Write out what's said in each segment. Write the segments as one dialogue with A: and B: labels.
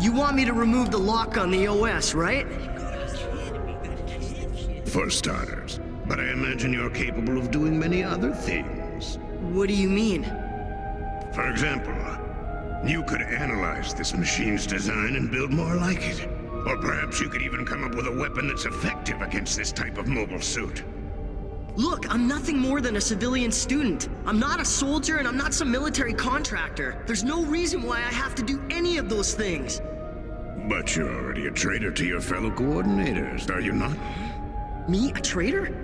A: You want me to remove the lock on the OS, right?
B: For starters. But I imagine you're capable of doing many other things.
A: What do you mean?
B: For example, you could analyze this machine's design and build more like it. Or perhaps you could even come up with a weapon that's effective against this type of mobile suit.
A: Look, I'm nothing more than a civilian student. I'm not a soldier and I'm not some military contractor. There's no reason why I have to do any of those things.
B: But you're already a traitor to your fellow coordinators, are you not?
A: Me, a traitor?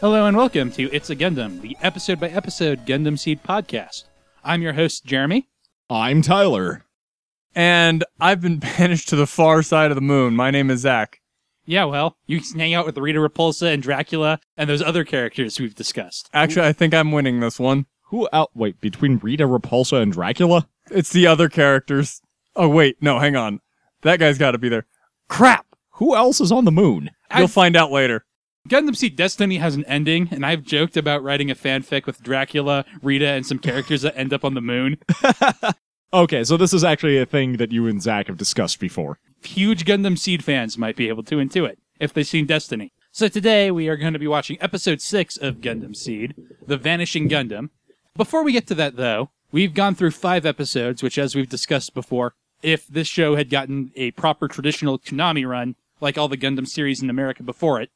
C: Hello and welcome to It's a Gundam, the episode by episode Gundam Seed podcast. I'm your host, Jeremy.
D: I'm Tyler.
E: and I've been banished to the far side of the moon. My name is Zach.
C: Yeah, well, you can hang out with Rita Repulsa and Dracula and those other characters we've discussed.
E: Actually, I think I'm winning this one.
D: Who out? Wait, between Rita Repulsa and Dracula?
E: It's the other characters. Oh, wait, no, hang on. That guy's got to be there. Crap!
D: Who else is on the moon?
E: You'll
C: I-
E: find out later.
C: Gundam Seed Destiny has an ending, and I've joked about writing a fanfic with Dracula, Rita, and some characters that end up on the moon.
D: Okay, so this is actually a thing that you and Zach have discussed before.
C: Huge Gundam Seed fans might be able to intuit if they've seen Destiny. So today we are going to be watching episode 6 of Gundam Seed, The Vanishing Gundam. Before we get to that though, we've gone through 5 episodes which as we've discussed before, if this show had gotten a proper traditional Konami run like all the Gundam series in America before it,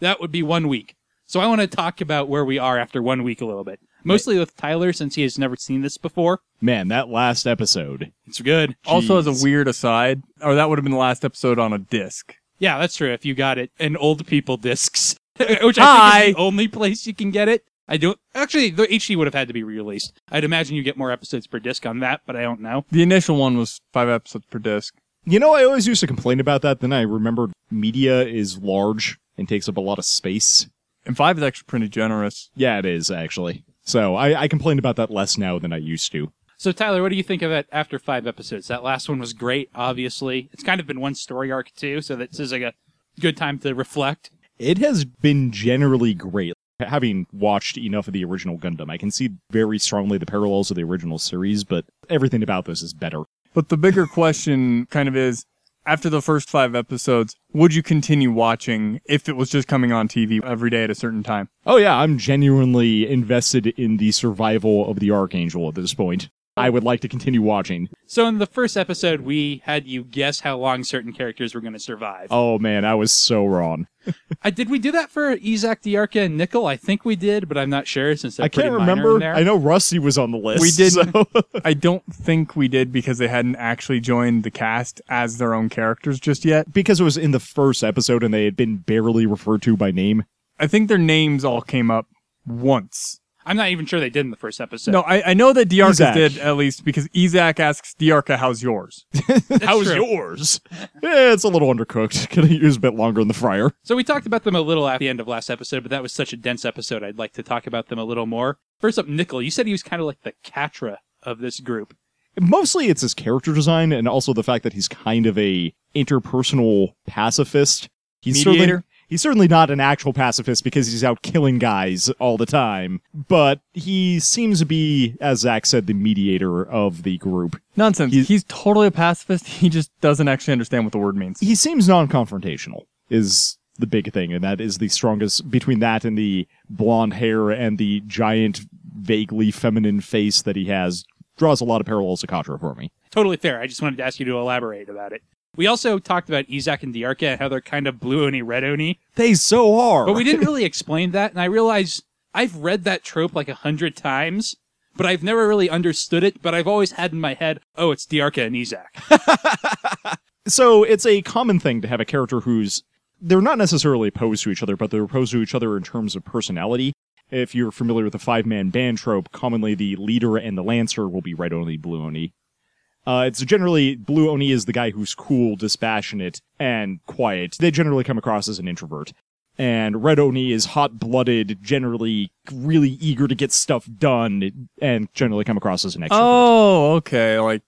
C: that would be one week. So I want to talk about where we are after one week a little bit. Mostly with Tyler since he has never seen this before.
D: Man, that last episode.
C: It's good.
E: Also, as
D: Jeez.
E: a weird aside, or that would have been the last episode on a disc.
C: Yeah, that's true. If you got it in old people discs, which I
E: Hi.
C: think is the only place you can get it. I don't actually. The HD would have had to be re-released. I'd imagine you get more episodes per disc on that, but I don't know.
E: The initial one was five episodes per disc.
D: You know, I always used to complain about that. Then I remembered media is large and takes up a lot of space.
E: And five is actually pretty generous.
D: Yeah, it is actually. So I, I complain about that less now than I used to.
C: So Tyler, what do you think of it after five episodes? That last one was great. Obviously, it's kind of been one story arc too, so this is like a good time to reflect.
D: It has been generally great. Having watched enough of the original Gundam, I can see very strongly the parallels of the original series, but everything about this is better.
E: But the bigger question kind of is after the first five episodes, would you continue watching if it was just coming on TV every day at a certain time?
D: Oh yeah, I'm genuinely invested in the survival of the Archangel at this point. I would like to continue watching.
C: So in the first episode, we had you guess how long certain characters were going to survive.
D: Oh man, I was so wrong.
C: I, did we do that for Isaac Diarca and Nickel? I think we did, but I'm not sure since they're
D: I can't
C: pretty minor in
D: remember.
C: there.
D: I know Rusty was on the list.
E: We did-
D: So.
E: I don't think we did because they hadn't actually joined the cast as their own characters just yet.
D: because it was in the first episode and they had been barely referred to by name.
E: I think their names all came up once.
C: I'm not even sure they did in the first episode.
E: No, I, I know that
D: Izak.
E: Diarca did at least because Izak asks Diarca, "How's yours?"
D: How's
C: true.
D: yours? yeah, it's a little undercooked. Could have used a bit longer in the fryer.
C: So we talked about them a little at the end of last episode, but that was such a dense episode. I'd like to talk about them a little more. First up, Nickel. You said he was kind of like the Catra of this group.
D: mostly it's his character design and also the fact that he's kind of a interpersonal pacifist. He's certainly
E: Mediator?
D: he's certainly not an actual pacifist because he's out killing guys all the time, but he seems to be, as Zach said, the mediator of the group.
E: Nonsense.
D: He's-
E: He's, totally a pacifist. He just doesn't actually understand what the word means.
D: He seems non-confrontational is the big thing, and that is the strongest between that and the blonde hair and the giant, vaguely feminine face that he has. Draws a lot of parallels to Katra for me.
C: Totally fair. I just wanted to ask you to elaborate about it. We also talked about Izak and Diarca and how they're kind of blue oni red oni,
D: They so are.
C: but we didn't really explain that. And I realize I've read that trope like a hundred times, but I've never really understood it. But I've always had in my head, oh, it's Diarca and Izak.
D: so it's a common thing to have a character who's they're not necessarily opposed to each other, but they're opposed to each other in terms of personality. If you're familiar with the five man band trope, commonly the leader and the lancer will be red only, blue only. Uh, it's generally blue only is the guy who's cool, dispassionate, and quiet. They generally come across as an introvert. And Red Oni is hot blooded, generally really eager to get stuff done, and generally come across as an extrovert.
E: Oh, okay. Like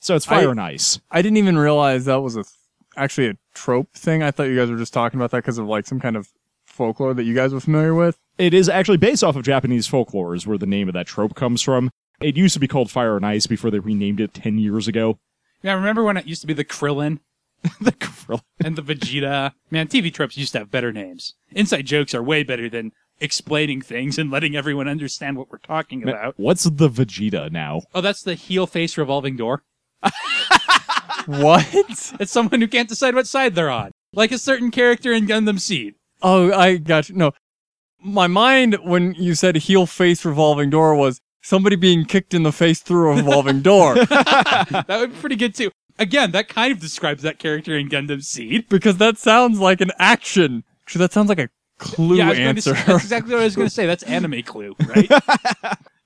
D: so it's fire
E: I-
D: and ice.
E: I didn't even realize that was a th- actually a trope thing. I thought you guys were just talking about that because of like some kind of folklore that you guys were familiar with.
D: It is actually based off of Japanese folklore, is where the name of that trope comes from. It used to be called Fire and Ice before they renamed it 10 years ago.
C: Yeah, remember when it used to be the Krillin
D: the Krill-
C: and the Vegeta? Man, TV tropes used to have better names. Inside jokes are way better than explaining things and letting everyone understand what we're talking about.
D: What's the Vegeta now?
C: Oh, that's the heel face revolving door.
E: What?
C: It's someone who can't decide what side they're on, like a certain character in Gundam Seed.
E: oh, I got you. No, my mind when you said heel face revolving door was somebody being kicked in the face through a revolving door
C: That would be pretty good too. Again, that kind of describes that character in Gundam Seed.
E: because that sounds like an action. Actually, that sounds like a clue
C: I was going to
E: answer.
C: say, that's exactly what I was going to say. That's anime clue, right?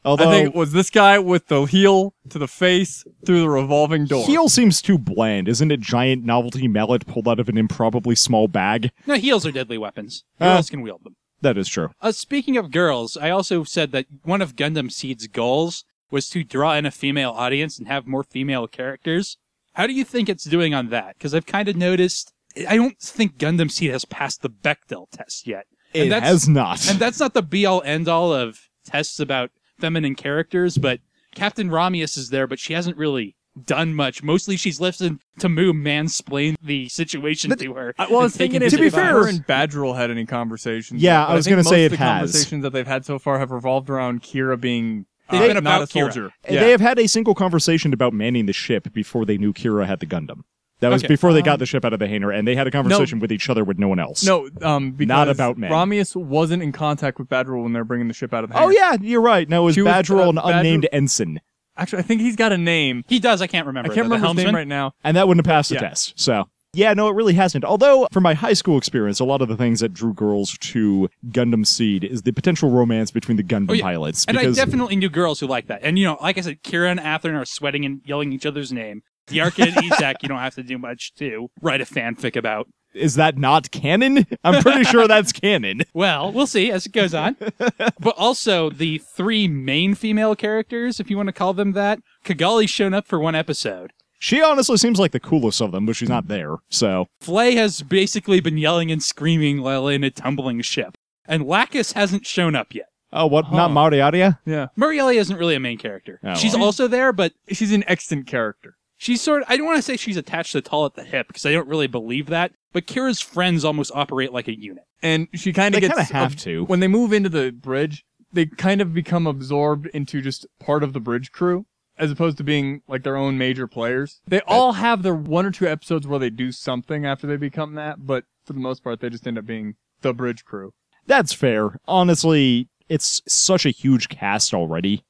D: Although
E: I think it was this guy with the heel to the face through the revolving door.
D: heel seems too bland. Isn't it giant novelty mallet pulled out of an improbably small bag?
C: no, heels are deadly weapons. Who
D: Uh.
C: else can wield them?
D: That is true.
C: Uh, speaking of girls, I also said that one of Gundam Seed's goals was to draw in a female audience and have more female characters. How do you think it's doing on that? Because I've kind of noticed, I don't think Gundam Seed has passed the Bechdel test yet. And
D: it
C: that's-
D: has not.
C: And that's not the be all end all of tests about feminine characters, but Captain Ramius is there, but she hasn't really done much. Mostly she's listened to Moo mansplain the situation to her.
E: I, well, I
C: and
E: was
C: taking
E: thinking if
D: to
C: his
D: be
E: if
C: advice.
D: fair-
E: her and Badgeril had any conversations.
D: Yeah,
E: but
D: I was
E: think
D: gonna say
E: most
D: it
E: of the
D: has.
E: Conversations that they've had so far have revolved around Kira being
C: They've
E: uh,
C: been
E: not
C: about
E: a
C: Kira.
E: soldier.
D: And They have had a single conversation about manning the ship before they knew Kira had the Gundam. That was
C: Okay.
D: before they got the ship out of the hangar, and they had a conversation with each other with no one else.
E: Um, No, um, because
D: about men.
E: Ramius wasn't in contact with Badgeril when they're bringing the ship out of the
D: Oh
E: hangar.
D: yeah, you're right. No, it was
E: She was,
D: Badgeril,
E: uh,
D: an
E: Badgeril-
D: unnamed ensign,
E: Actually, I think he's got a name.
C: He does. I can't remember.
E: I can't
C: the,
E: remember his
C: the
E: name
C: helmsman?
E: right now.
D: and that wouldn't have passed the
E: Yeah.
D: test. So yeah, no, it really hasn't. Although from my high school experience, a lot of the things that drew girls to Gundam Seed is the potential romance between the Gundam
C: Oh, yeah.
D: pilots.
C: And I
D: because
C: definitely knew girls who like that. And you know, like I said, Kira and Atheryn are sweating and yelling each other's name. Diarca and Isaac, you don't have to do much to write a fanfic about.
D: is that not canon? I'm pretty sure that's canon.
C: Well, we'll see as it goes on. but also the three main female characters, if you want to call them that, Kigali's shown up for one episode.
D: She honestly seems like the coolest of them, but she's not there. So
C: Flay has basically been yelling and screaming while in a tumbling ship. And Lacus hasn't shown up yet.
D: oh, what?
E: Huh.
D: Not Mariaria?
E: Yeah,
C: Murielli isn't really a main character.
D: Oh,
C: she's
D: well.
C: also there, but
E: she's an extant character.
C: She's sort of, I don't want to say she's attached to Tall at the hip because I don't really believe that, but Kira's friends almost operate like a unit.
E: and she kind of
D: They
E: gets
D: kinda have
E: ab-
D: to.
E: when they move into the bridge they kind of become absorbed into just part of the bridge crew as opposed to being like their own major players they all have their one or two episodes where they do something after they become that but for the most part they just end up being the bridge crew
D: That's fair. Honestly, it's such a huge cast already.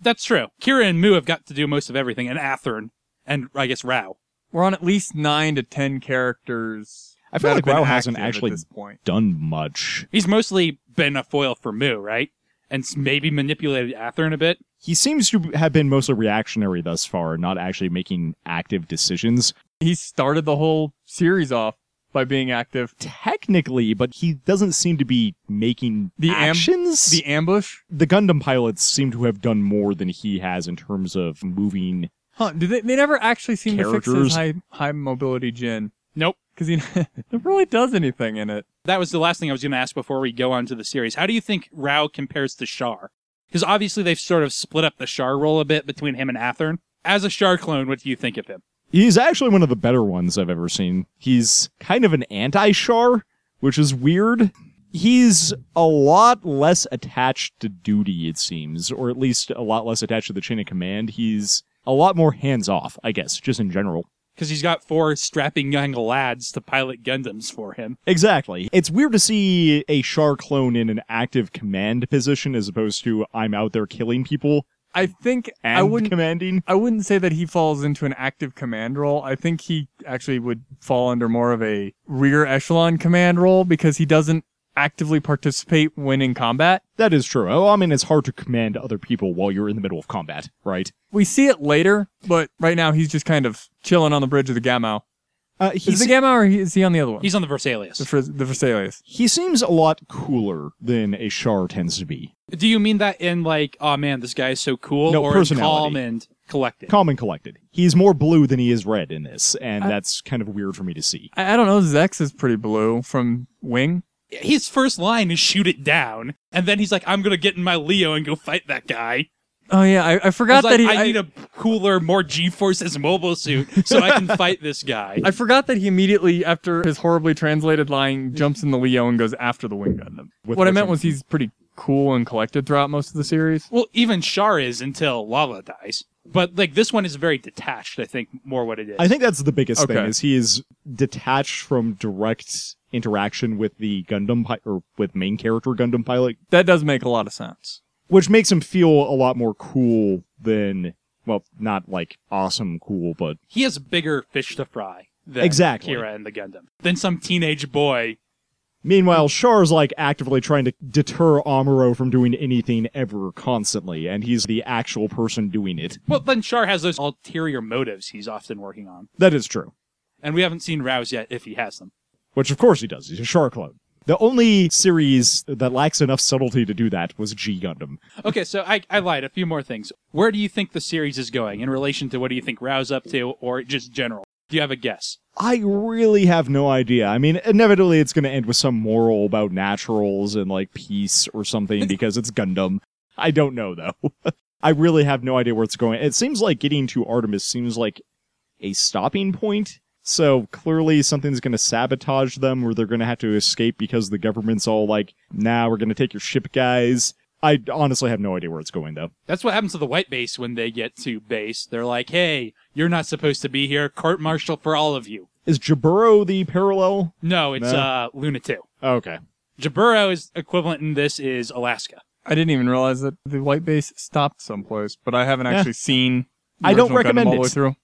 C: That's true. Kira and Mu have got to do most of everything, and Athern, and I guess Rao.
E: we're on at least nine to ten characters
D: I feel
E: that
D: like
E: have been
D: WoW hasn't
E: active at
D: actually-
E: this point
D: Done much.
C: He's mostly been a foil for Mu, right? And s- maybe manipulated Athern a bit.
D: He seems to have been mostly reactionary thus far, not actually making active decisions.
E: he started the whole series off by being active
D: Technically, but he doesn't seem to be making
E: The am-
D: actions.
E: the ambush
D: the Gundam pilots seem to have done more than he has in terms of moving
E: Huh? Do they? They never actually seem to fix his
D: Characters.
E: high high mobility gin.
C: Nope.
E: because he never really does anything in it.
C: That was the last thing I was going to ask before we go on to the series. How do you think Rao compares to Shar? Because obviously they've sort of split up the Shar role a bit between him and Athern. As a Shar clone, what do you think of him?
D: He's actually one of the better ones I've ever seen. He's kind of an anti Char, which is weird. He's a lot less attached to duty, it seems, or at least a lot less attached to the chain of command. He's a lot more hands off, I guess, just in general.
C: Because he's got four strapping young lads to pilot Gundams for him.
D: Exactly. It's weird to see a Char clone in an active command position as opposed to I'm out there killing people
E: I think
D: and
E: I wouldn't.
D: commanding.
E: I wouldn't say that he falls into an active command role. I think he actually would fall under more of a rear echelon command role because he doesn't actively participate when in combat.
D: That is true. Oh, I mean, it's hard to command other people while you're in the middle of combat, right?
E: We see it later, but right now he's just kind of chilling on the bridge of the Gamow.
D: Uh,
E: Is
D: he's,
E: the Gamma or he- is he on the other one?
C: He's on the Versalius.
E: the, Fris- the Vesalius.
D: he seems a lot cooler than a Char tends to be.
C: Do you mean that in like, oh man, this guy is so cool,
D: No,
C: or in
D: personality.
C: calm and collected?
D: Calm and collected. He's more blue than he is red in this, and that's kind of weird for me to see.
E: I, I don't know. Zex is pretty blue from Wing.
C: His first line is shoot it down, and then he's like, I'm gonna get in my Leo and go fight that guy.
E: Oh yeah, I, I
C: I was
E: forgot
C: like,
E: that he.
C: I,
E: I,
C: need a cooler, more G-forces mobile suit so I can fight this guy.
E: I forgot that he immediately, after his horribly translated line, jumps in the Leo and goes after the Wing Gundam.
D: With
E: what I
D: which
E: meant
D: one?
E: was he's pretty cool and collected throughout most of the series.
C: well, even Shar is until Lala dies, but like this one is very detached. I think more what it is.
D: I think that's the biggest thing
E: Okay.
D: is he is detached from direct interaction with the Gundam pi- or with main character Gundam pilot,
E: That does make a lot of sense.
D: which makes him feel a lot more cool than well, not like awesome cool, but
C: he has bigger fish to fry than
D: Exactly.
C: Kira and the Gundam than some teenage boy.
D: meanwhile Char's like actively trying to deter Amuro from doing anything ever constantly, and he's the actual person doing it.
C: Well, then Shar has those ulterior motives he's often working on.
D: That is true.
C: and we haven't seen Rouse yet if he has them.
D: Which of course he does. He's a Char clone. The only series that lacks enough subtlety to do that was G Gundam.
C: Okay, so I, I lied. A few more things. Where do you think the series is going in relation to what do you think Rouse up to, or just general? Do you have a guess?
D: I really have no idea. I mean, inevitably it's going to end with some moral about naturals and like peace or something because it's Gundam. I don't know though. I really have no idea where it's going. It seems like getting to Artemis seems like a stopping point. So clearly something's going to sabotage them or they're going to have to escape because the government's all like, "Nah, we're going to take your ship, guys." I honestly have no idea where it's going though.
C: That's what happens to the White Base when they get to base. They're like, "Hey, you're not supposed to be here. Court martial for all of you."
D: Is Jaburo the parallel?
C: No, it's
D: No.
C: uh Luna Two.
D: Okay.
C: Jaburo is equivalent in this is Alaska.
E: I didn't even realize that the white base stopped someplace, but I haven't
D: Yeah.
E: actually seen. The
D: I don't
E: original Gundam
D: recommend
E: all the way
D: it.
E: through.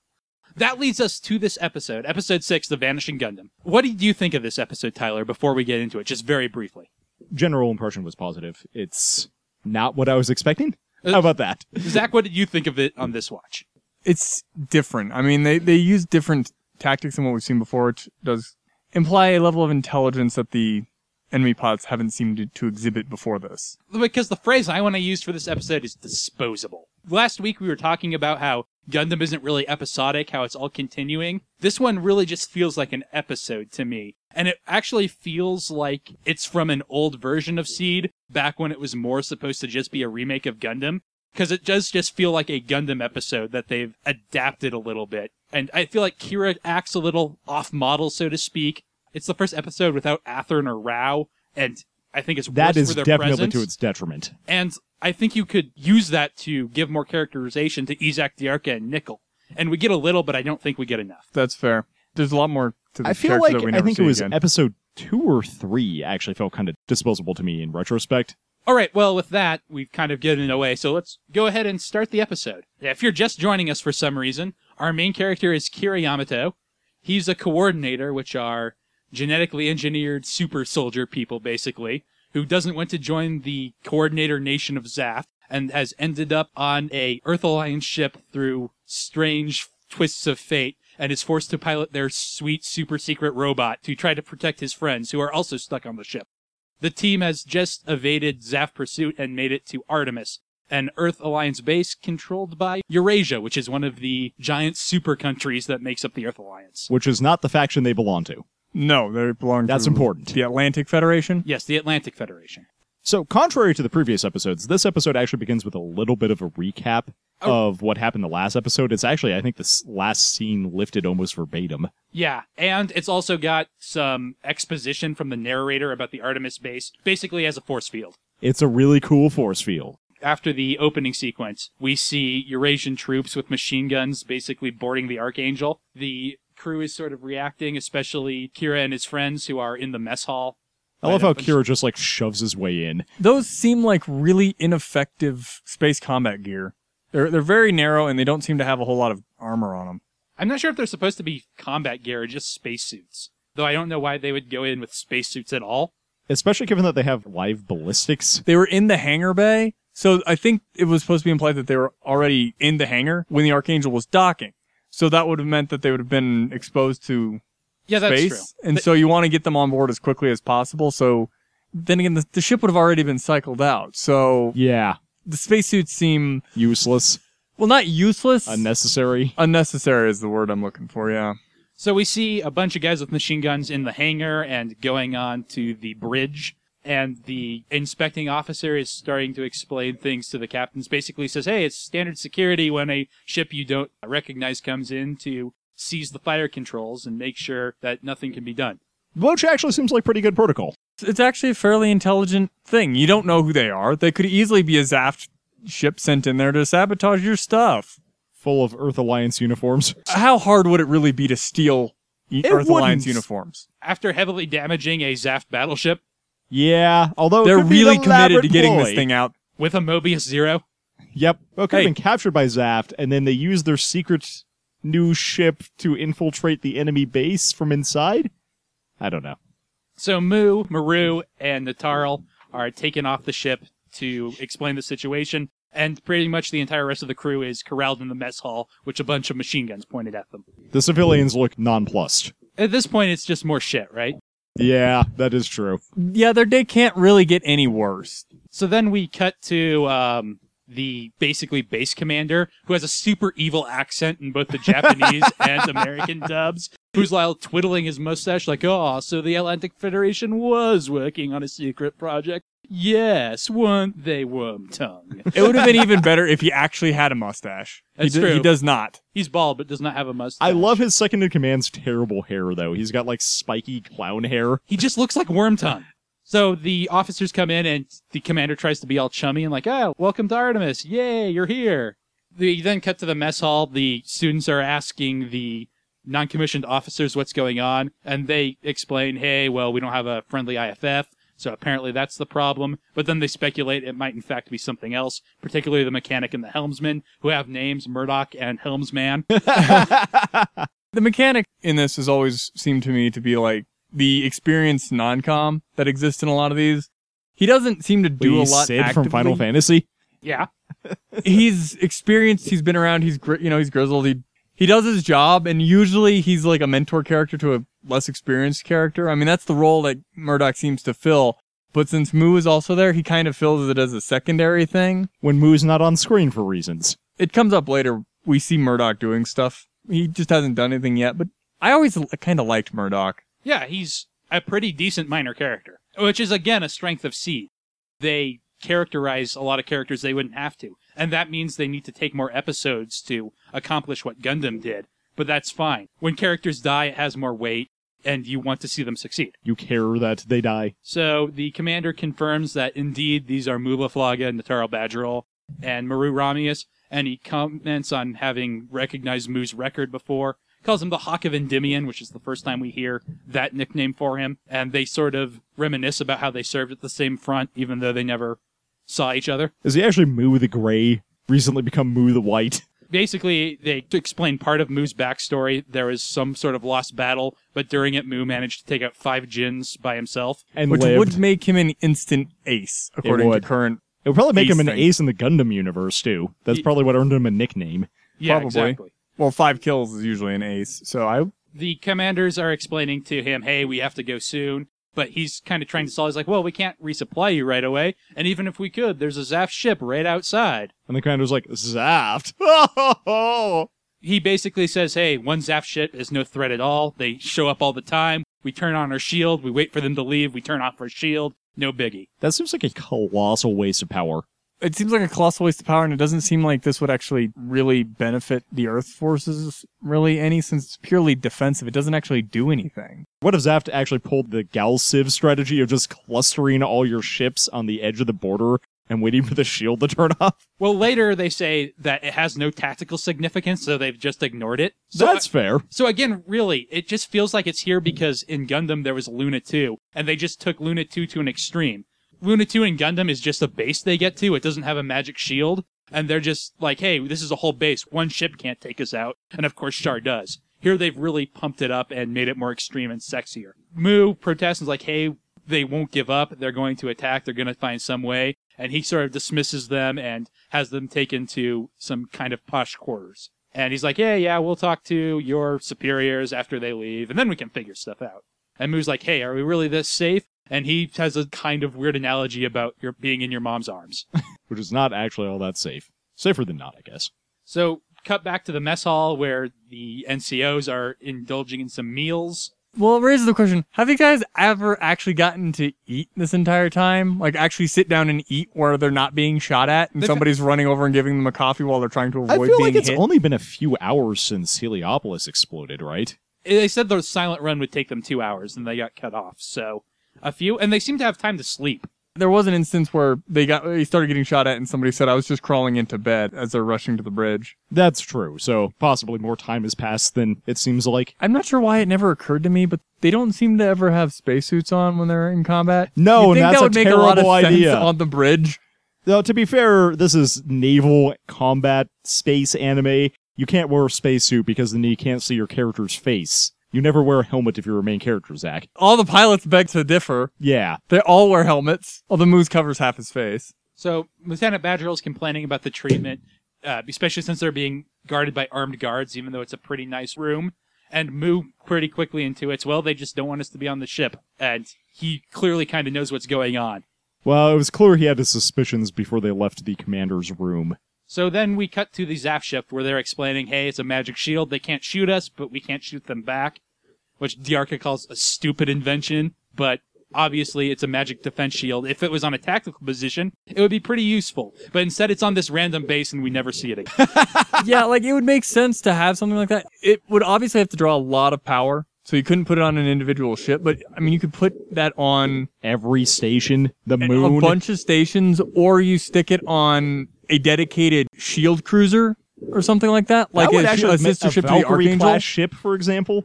C: That leads us to this episode, episode six, The Vanishing Gundam. What did you think of this episode, Tyler? Before we get into it, just very briefly.
D: general impression was positive. It's not what I was expecting.
C: Uh,
D: How about that?
C: Zach, what did you think of it on this watch?
E: it's different. I mean, they, they use different tactics than what we've seen before, which does imply a level of intelligence that the enemy pilots haven't seemed to, to exhibit before this.
C: because the phrase I want to use for this episode is disposable. Last week we were talking about how Gundam isn't really episodic, how it's all continuing. This one really just feels like an episode to me. And it actually feels like it's from an old version of Seed, back when it was more supposed to just be a remake of Gundam. Because it does just feel like a Gundam episode that they've adapted a little bit. And I feel like Kira acts a little off model, so to speak. It's the first episode without Athern or Rao, and I think it's worse
D: That is
C: for their
D: definitely
C: presence.
D: to its detriment.
C: And I think you could use that to give more characterization to Isaac Diarca and Nickel. And we get a little, but I don't think we get enough.
E: That's fair. There's a lot more to the
D: I feel
E: character
D: like
E: that
D: I
E: we never
D: think
E: see
D: it was
E: again.
D: episode two or three actually felt kind of disposable to me in retrospect.
C: All right, well, with that, we've kind of given it away, so let's go ahead and start the episode. If you're just joining us for some reason, our main character is Kira Yamato. He's a coordinator, which are genetically engineered super soldier people, basically, who doesn't want to join the coordinator nation of Zath and has ended up on a Earth Alliance ship through strange twists of fate and is forced to pilot their sweet super secret robot to try to protect his friends who are also stuck on the ship. The team has just evaded Zaf pursuit and made it to Artemis, an Earth Alliance base controlled by Eurasia, which is one of the giant super countries that makes up the Earth Alliance.
D: Which is not the faction they belong to.
E: No, they belong
D: That's
E: to
D: important.
E: the Atlantic Federation.
C: Yes, the Atlantic Federation.
D: So, contrary to the previous episodes, this episode actually begins with a little bit of a recap
C: Oh.
D: of what happened the last episode. It's actually, I think, this last scene lifted almost verbatim.
C: Yeah, and it's also got some exposition from the narrator about the Artemis base, basically as a force field.
D: It's a really cool force field.
C: After the opening sequence, we see Eurasian troops with machine guns basically boarding the Archangel. The crew is sort of reacting, especially Kira and his friends who are in the mess hall.
D: I love how Kira just like shoves his way in.
E: Those seem like really ineffective space combat gear. They're they're very narrow and they don't seem to have a whole lot of armor on them.
C: I'm not sure if they're supposed to be combat gear or just spacesuits. Though I don't know why they would go in with spacesuits at all.
D: Especially given that they have live ballistics.
E: They were in the hangar bay, so I think it was supposed to be implied that they were already in the hangar when the Archangel was docking. So that would have meant that they would have been exposed to
C: Yeah, that's
E: space,
C: true.
E: and so you want to get them on board as quickly as possible. So then again, the, the ship would have already been cycled out. So
D: Yeah.
E: the spacesuits seem
D: Useless.
E: well, not useless.
D: Unnecessary.
E: unnecessary is the word I'm looking for. Yeah.
C: So we see a bunch of guys with machine guns in the hangar and going on to the bridge. And the inspecting officer is starting to explain things to the captains. Basically, says, "Hey, it's standard security when a ship you don't recognize comes in to seize the fire controls and make sure that nothing can be done."
D: Which actually seems like pretty good protocol.
E: It's- It's actually a fairly intelligent thing. You don't know who they are. They could easily be a Zaft ship sent in there to sabotage your stuff.
D: Full of Earth Alliance uniforms.
E: How hard would it really be to steal e-
D: It
E: Earth Alliance
D: wouldn't.
E: uniforms?
C: After heavily damaging a Zaft battleship
D: Yeah, although it
E: They're
D: could be an
E: really committed to
D: elaborate
E: getting this
D: ploy.
E: thing out.
C: with a Mobius Zero,
D: Yep. Well, it could
E: Hey.
D: have been captured by Zaft, and then they used their secret new ship to infiltrate the enemy base from inside? I don't know.
C: So Moo, Maru, and Natarl are taken off the ship to explain the situation, and pretty much the entire rest of the crew is corralled in the mess hall, which a bunch of machine guns pointed at them.
D: The civilians look nonplussed.
C: At this point, it's just more shit, right?
D: Yeah, that is true.
E: Yeah, their day can't really get any worse.
C: So then we cut to um, the basically base commander, who has a super evil accent in both the Japanese and American dubs, who's like twiddling his mustache, like, oh, so the Atlantic Federation was working on a secret project. Yes, weren't they worm tongue?
E: It would have been even better if he actually had a mustache.
C: That's
E: he, do- he
C: true.
E: does not.
C: He's bald, but does not have a mustache.
D: I love his second in command's terrible hair, though. He's got like spiky clown hair.
C: He just looks like Worm Tongue. So the officers come in, and the commander tries to be all chummy and like, "Oh, welcome to Artemis! Yay, you're here!" They then cut to the mess hall. The students are asking the non-commissioned officers what's going on, and they explain, "Hey, well, we don't have a friendly IFF." So apparently that's the problem, but then they speculate it might in fact be something else, particularly the mechanic and the helmsman, who have names Murdoch and Helmsman.
E: The mechanic in this has always seemed to me to be like the experienced non-com that exists in a lot of these. He doesn't seem to do
D: Please,
E: a lot.
D: Sid from Final
E: actively.
D: Fantasy.
C: yeah,
E: he's experienced. He's been around. He's gri- you know he's grizzled. He he does his job, and usually he's like a mentor character to a less experienced character. I mean, that's the role that Murdoch seems to fill. But since Moo is also there, he kind of fills it as a secondary thing.
D: When Moo's not on screen for reasons.
E: It comes up later. We see Murdoch doing stuff. He just hasn't done anything yet. But I always kind of liked Murdoch.
C: Yeah, he's a pretty decent minor character, which is again a strength of Seed. They characterize a lot of characters they wouldn't have to, and that means they need to take more episodes to accomplish what Gundam did. But that's fine. When characters die, it has more weight, and you want to see them succeed.
D: You care that they die.
C: So the commander confirms that indeed these are Mubaflaga and Nataro Badgerol and Maru Ramius, and he comments on having recognized Moo's record before, calls him the Hawk of Endymion, which is the first time we hear that nickname for him, and they sort of reminisce about how they served at the same front, even though they never saw each other.
D: Is he actually Moo the Gray? Recently become Moo the White?
C: Basically, they to explain part of Moo's backstory. There was some sort of lost battle, but during it, Moo managed to take out five Jins by himself.
D: And
E: which
D: lived.
E: would make him an instant ace according to
D: would.
E: current
D: It would probably make
E: Ace
D: him an
E: thing.
D: ace in the Gundam universe too. That's
C: Ye-
D: probably what earned him a nickname.
C: Yeah,
E: Probably.
C: exactly.
E: well five kills is usually an ace so i
C: the commanders are explaining to him, hey, we have to go soon. But he's kind of trying to solve. He's like, well, we can't resupply you right away. And even if we could, there's a Zaf ship right outside.
D: And the commander's like, Zaft. yeah,
C: He basically says, hey, one Zaf ship is no threat at all. They show up all the time. We turn on our shield. We wait for them to leave. We turn off our shield. No biggie.
D: that seems like a colossal waste of power.
E: it seems like a colossal waste of power and it doesn't seem like this would actually really benefit the earth forces really any since it's purely defensive it doesn't actually do anything
D: What if Zaft actually pulled the Gal Civ strategy of just clustering all your ships on the edge of the border and waiting for the shield to turn off?
C: Well, later they say that it has no tactical significance, so they've just ignored it. So
D: That's fair.
C: So again, really, it just feels like it's here because in Gundam there was Luna 2, and they just took Luna 2 to an extreme. Luna 2 in Gundam is just a base they get to, it doesn't have a magic shield, and they're just like, hey, this is a whole base, one ship can't take us out, and of course Char does. Here they've really pumped it up and made it more extreme and sexier. Moo protests and's like, hey, they won't give up, they're going to attack, they're going to find some way, and he sort of dismisses them and has them taken to some kind of posh quarters. And he's like, yeah, yeah, we'll talk to your superiors after they leave, and then we can figure stuff out. And Moo's like, hey, are we really this safe? And he has a kind of weird analogy about your being in your mom's arms.
D: which is not actually all that safe. Safer than not, I guess.
C: so cut back to the mess hall where the NCOs are indulging in some meals.
E: Well, it raises the question: Have you guys ever actually gotten to eat this entire time? Like, actually sit down and eat where they're not being shot at, and
C: They've-
E: somebody's running over and giving them a coffee while they're trying to
D: I
E: avoid
D: feel like
E: being
D: it's
E: hit.
D: only been a few hours since Heliopolis exploded, right?
C: They said the silent run would take them two hours, and they got cut off. So a few, and they seem to have time to sleep.
E: there was an instance where they got they started getting shot at, and somebody said, "I was just crawling into bed" as they're rushing to the bridge.
D: That's true. So possibly more time has passed than it seems like.
E: I'm not sure why it never occurred to me, but they don't seem to ever have spacesuits on when they're in combat.
D: No,
E: You'd think
D: and that's
E: that would
D: a
E: make a lot of
D: terrible idea.
E: sense on the bridge.
D: Though to be fair, this is naval combat space anime. You can't wear a spacesuit because then you can't see your character's face. You never wear a helmet if you're a main character, Zach.
E: All the pilots beg to differ.
D: Yeah.
E: They all wear helmets. Although Moose covers half his face.
C: So Lieutenant Badgerill's complaining about the treatment, uh, especially since they're being guarded by armed guards, even though it's a pretty nice room. And Moo pretty quickly intuits, well, they just don't want us to be on the ship. And he clearly kind of knows what's going on.
D: Well, it was clear he had his suspicions before they left the commander's room.
C: So then we cut to the Zap shift where they're explaining, hey, it's a magic shield. They can't shoot us, but we can't shoot them back, which Diarca calls a stupid invention. But obviously, it's a magic defense shield. If it was on a tactical position, it would be pretty useful. But instead, it's on this random base and we never see it again.
E: yeah, like it would make sense to have something like that. It would obviously have to draw a lot of power, so you couldn't put it on an individual ship. But I mean, you could put that on
D: Every station, the
E: a-
D: moon.
E: a bunch of stations, or you stick it on a dedicated shield E cruiser or something like that, like
D: that would
E: a,
D: actually
E: a
D: have meant
E: sister
D: a
E: ship to the
D: Valkyrie
E: Archangel.
D: class ship, for example.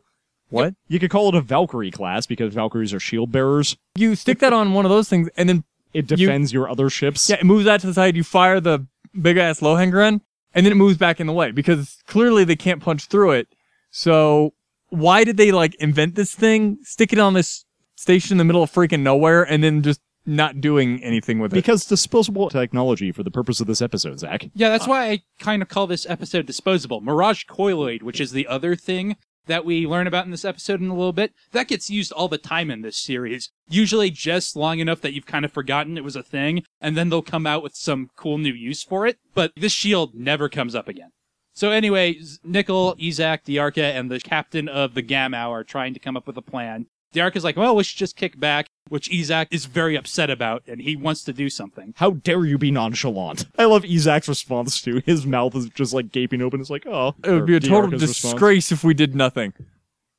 E: What?
D: You could call it a Valkyrie class because Valkyries are shield bearers.
E: You stick that on one of those things, and then
D: It defends your other ships.
E: yeah, it moves out to the side. You fire the big ass low hanger gun, and then it moves back in the way because clearly they can't punch through it. So why did they like invent this thing, stick it on this station in the middle of freaking nowhere, and then just not doing anything with it?
D: Because disposable technology for the purpose of this episode, Zach.
C: Yeah, that's why I kind of call this episode disposable. Mirage Coiloid, which is the other thing that we learn about in this episode in a little bit, that gets used all the time in this series. Usually just long enough that you've kind of forgotten it was a thing, and then they'll come out with some cool new use for it. But this shield never comes up again. So anyway, Z- Nickel, Izak, Diarca, and the captain of the Gamow are trying to come up with a plan. Diarca's like, well, we should just kick back, which Izak is very upset about, and he wants to do something.
D: How dare you be nonchalant? I love Isaac's response too. His mouth is just like gaping open. It's like, oh,
E: it would be a
D: or
E: total
D: Diarca's response.
E: disgrace if we did nothing,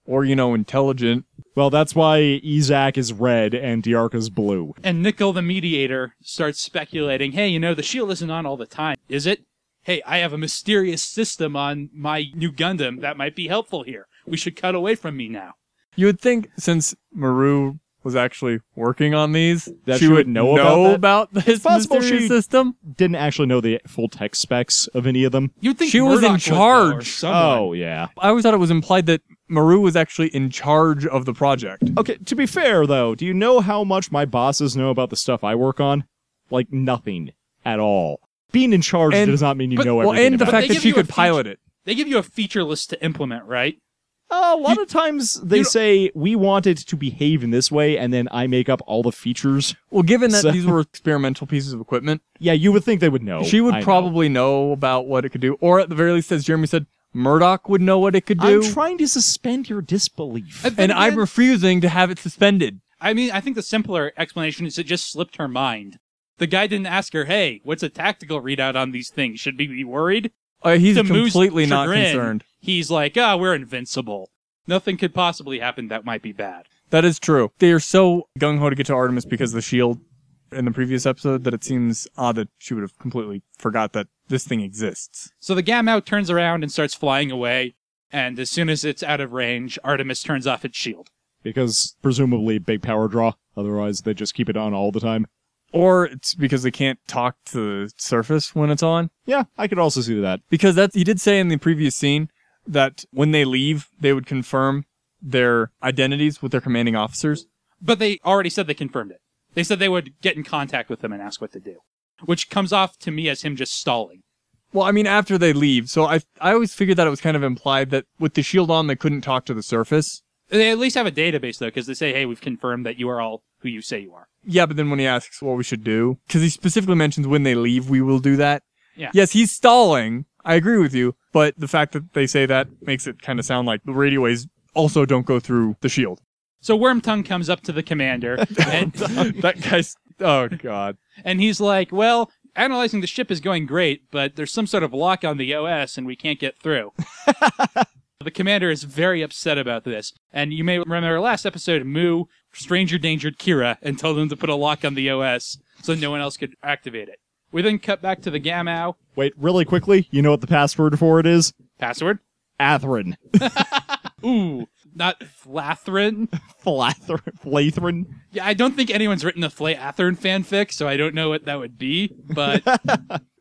E: or you know, intelligent.
D: Well, that's why Isaac is red and Diarca's blue.
C: And Nickel, the mediator, starts speculating hey, you know, the shield isn't on all the time, is it? Hey, I have a mysterious system on my new Gundam that might be helpful here. We should cut away from me now.
E: You would think since Maru was actually working on these,
D: That
E: she,
D: she
E: would
D: would know
E: about, this
D: possible
E: mysterious
D: she-
E: system.
D: Didn't actually know the full tech specs of any of them.
C: You'd think
E: She was in
C: Murdoch would know, or
E: charge.
C: someone.
D: Oh yeah.
E: I always thought it was implied that Maru was actually in charge of the project.
D: Okay. To be fair though, do you know how much my bosses know about the stuff I work on? Like nothing at all. Being in charge
E: And-
D: does not mean you
C: but-
D: know
E: Well,
D: everything.
E: and the
D: about
E: fact
C: they
E: that
C: give
E: she
C: you a
E: could
C: feature-
E: pilot it.
C: They give you a feature list to implement, right?
D: Uh, a lot of times they
C: you know-
D: say we want it to behave in this way, and then I make up all the features.
E: Well, given that
D: So-
E: these were experimental pieces of equipment,
D: Yeah, you would think they would know.
E: she would
D: I know.
E: probably know. about what it could do, or at the very least, as Jeremy said, Murdoch would know what it could do.
D: I'm trying to suspend your disbelief.
C: And-
E: and
C: But
E: I'm
C: again-
E: refusing to have it suspended.
C: I mean, I think the simpler explanation is it just slipped her mind. The guy didn't ask her, hey, what's a tactical readout on these things? Should we be worried?
E: Uh, he's
C: To Moo's
E: completely not
C: chagrin,
E: concerned.
C: He's like, ah, we're invincible. Nothing could possibly happen that might be bad.
E: That is true. They are so gung ho to get to Artemis because of the shield in the previous episode that it seems odd that she would have completely forgot that this thing exists.
C: So the Gamow turns around and starts flying away, and as soon as it's out of range, Artemis turns off its shield.
D: because presumably big power draw. Otherwise, they just keep it on all the time.
E: Or it's because they can't talk to the surface when it's on.
D: Yeah, I could also see that.
E: because that's he did say in the previous scene that when they leave they would confirm their identities with their commanding officers
C: But they already said they confirmed it. They said they would get in contact with them and ask what to do, which comes off to me as him just stalling.
E: Well, I mean, after they leave, so I I always figured that it was kind of implied that with the shield on, they couldn't talk to the surface.
C: They at least have a database though, because they say, "Hey, we've confirmed that you are all who you say you are."
E: Yeah, but then when he asks what we should do, because he specifically mentions when they leave, we will do that.
C: Yeah.
E: Yes, he's stalling. I agree with you, but the fact that they say that makes it kind of sound like the radio waves also don't go through the shield.
C: So Worm Tongue comes up to the commander, and,
E: that guy's oh god.
C: and he's like, "Well, analyzing the ship is going great, but there's some sort of lock on the OS, and we can't get through." the commander is very upset about this, and you may remember last episode, Moo stranger dangered Kira and told him to put a lock on the OS so no one else could activate it. We then cut back to the Gamow
D: Wait, really quickly, you know what the password for it is?
C: password.
D: Atherin.
C: Ooh, not Flathrin.
D: Flathrin. Flathrin.
C: Yeah, I don't think anyone's written a Flay Athern fanfic, so I don't know what that would be, but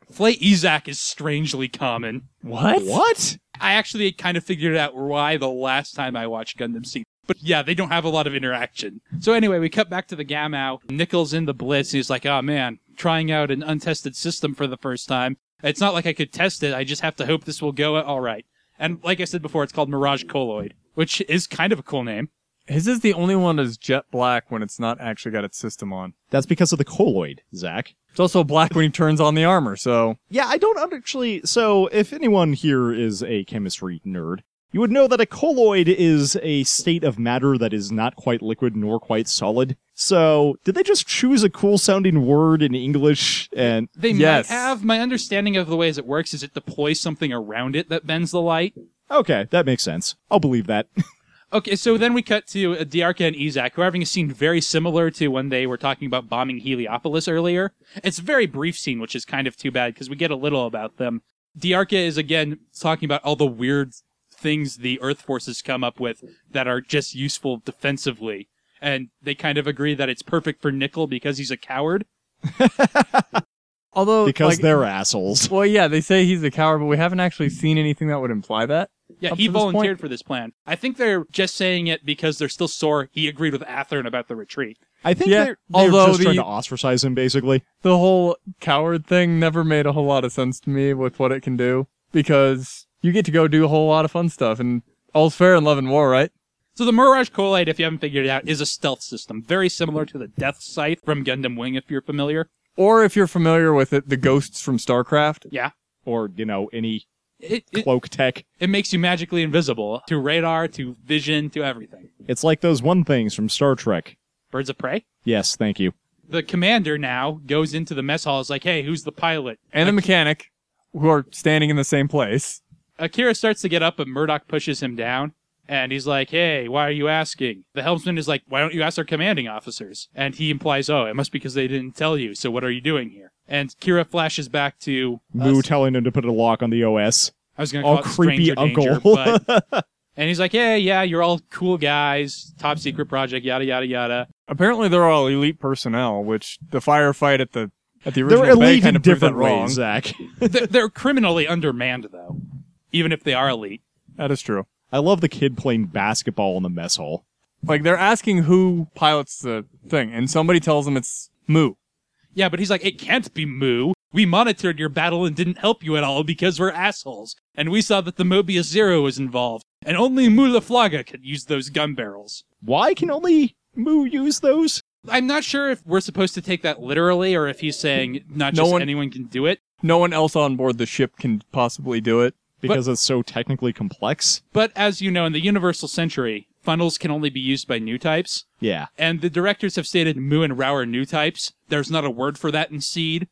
C: Flay Ezak is strangely common.
E: What?
D: What?
C: I actually kind of figured out why the last time I watched Gundam Seed. But yeah, they don't have a lot of interaction. So anyway, we cut back to the Gamow. Nickel's in the Blitz. He's like, oh man, trying out an untested system for the first time. It's not like I could test it. I just have to hope this will go all right. And like I said before, it's called Mirage Colloid, which is kind of a cool name.
E: His is the only one that's jet black when it's not actually got its system on.
D: That's because of the colloid, Zach.
E: It's also black when he turns on the armor, so
D: Yeah, I don't actually. So, if anyone here is a chemistry nerd, you would know that a colloid is a state of matter that is not quite liquid nor quite solid. So, did they just choose a cool sounding word in English? And
C: They
E: Yes.
C: might have. My understanding of the ways it works is it deploys something around it that bends the light.
D: okay, that makes sense. I'll believe that.
C: Okay, so then we cut to uh, Diarca and Izak, who are having a scene very similar to when they were talking about bombing Heliopolis earlier. It's a very brief scene, which is kind of too bad because we get a little about them. Diarca is again talking about all the weird things the Earth forces come up with that are just useful defensively. And they kind of agree that it's perfect for Nickel because he's a coward.
E: although
D: because
E: like,
D: they're assholes.
E: well, yeah, they say he's a coward, but we haven't actually seen anything that would imply that.
C: Yeah,
E: Up
C: he
E: to this point-
C: volunteered for this plan. I think they're just saying it because they're still sore he agreed with Athern about the retreat.
D: I think
E: Yeah,
D: they're, they're
E: although
D: just trying
E: the-
D: to ostracize him, basically.
E: The whole coward thing never made a whole lot of sense to me with what it can do because you get to go do a whole lot of fun stuff, and all's fair in love and war, right?
C: So the Mirage Colite, if you haven't figured it out, is a stealth system, very similar to the Death Scythe from Gundam Wing, if you're familiar.
E: Or if you're familiar with it, the ghosts from StarCraft.
C: Yeah.
D: Or, you know, any
C: It, it,
D: cloak tech.
C: it makes you magically invisible to radar, to vision, to everything.
D: It's like those one things from Star Trek.
C: Birds of Prey.
D: Yes, thank you.
C: The commander now goes into the mess hall, is like, hey, who's the pilot?
E: And the mechanic, who are standing in the same place.
C: Akira starts to get up, but Murdoch pushes him down. And he's like, hey, why are you asking? The helmsman is like, why don't you ask our commanding officers? And he implies, oh, it must be because they didn't tell you, so what are you doing here? And Kira flashes back to uh,
D: Moo
C: us-
D: telling him to put a lock on the OS.
C: I was gonna call
D: All
C: it
D: creepy
C: Stranger Danger,
D: uncle.
C: but and he's like, "Yeah, yeah, you're all cool guys, top secret project, yada yada yada."
E: Apparently, they're all elite personnel, which the firefight at the at the original
D: They're
E: bay
D: elite in
E: kind of proved that
D: different
E: wrong.
D: ways, Zach.
C: they're, they're criminally undermanned though, even if they are elite.
E: That is true.
D: I love the kid playing basketball in the mess hall.
E: Like they're asking who pilots the thing, and somebody tells them it's Moo.
C: Yeah, but he's like, "It can't be Moo. We monitored your battle and didn't help you at all because we're assholes, and we saw that the Mobius Zero was involved, and only Moo Laflaga could use those gun barrels."
D: Why can only Moo use those?
C: I'm not sure if we're supposed to take that literally or if he's saying not
E: No
C: just
E: one-
C: anyone can do it.
E: No one else on board the ship can possibly do it.
D: Because it's so technically complex?
C: But as you know, in the Universal Century, funnels can only be used by new types.
D: Yeah.
C: And the directors have stated Mu and Rao are new types. There's not a word for that in Seed.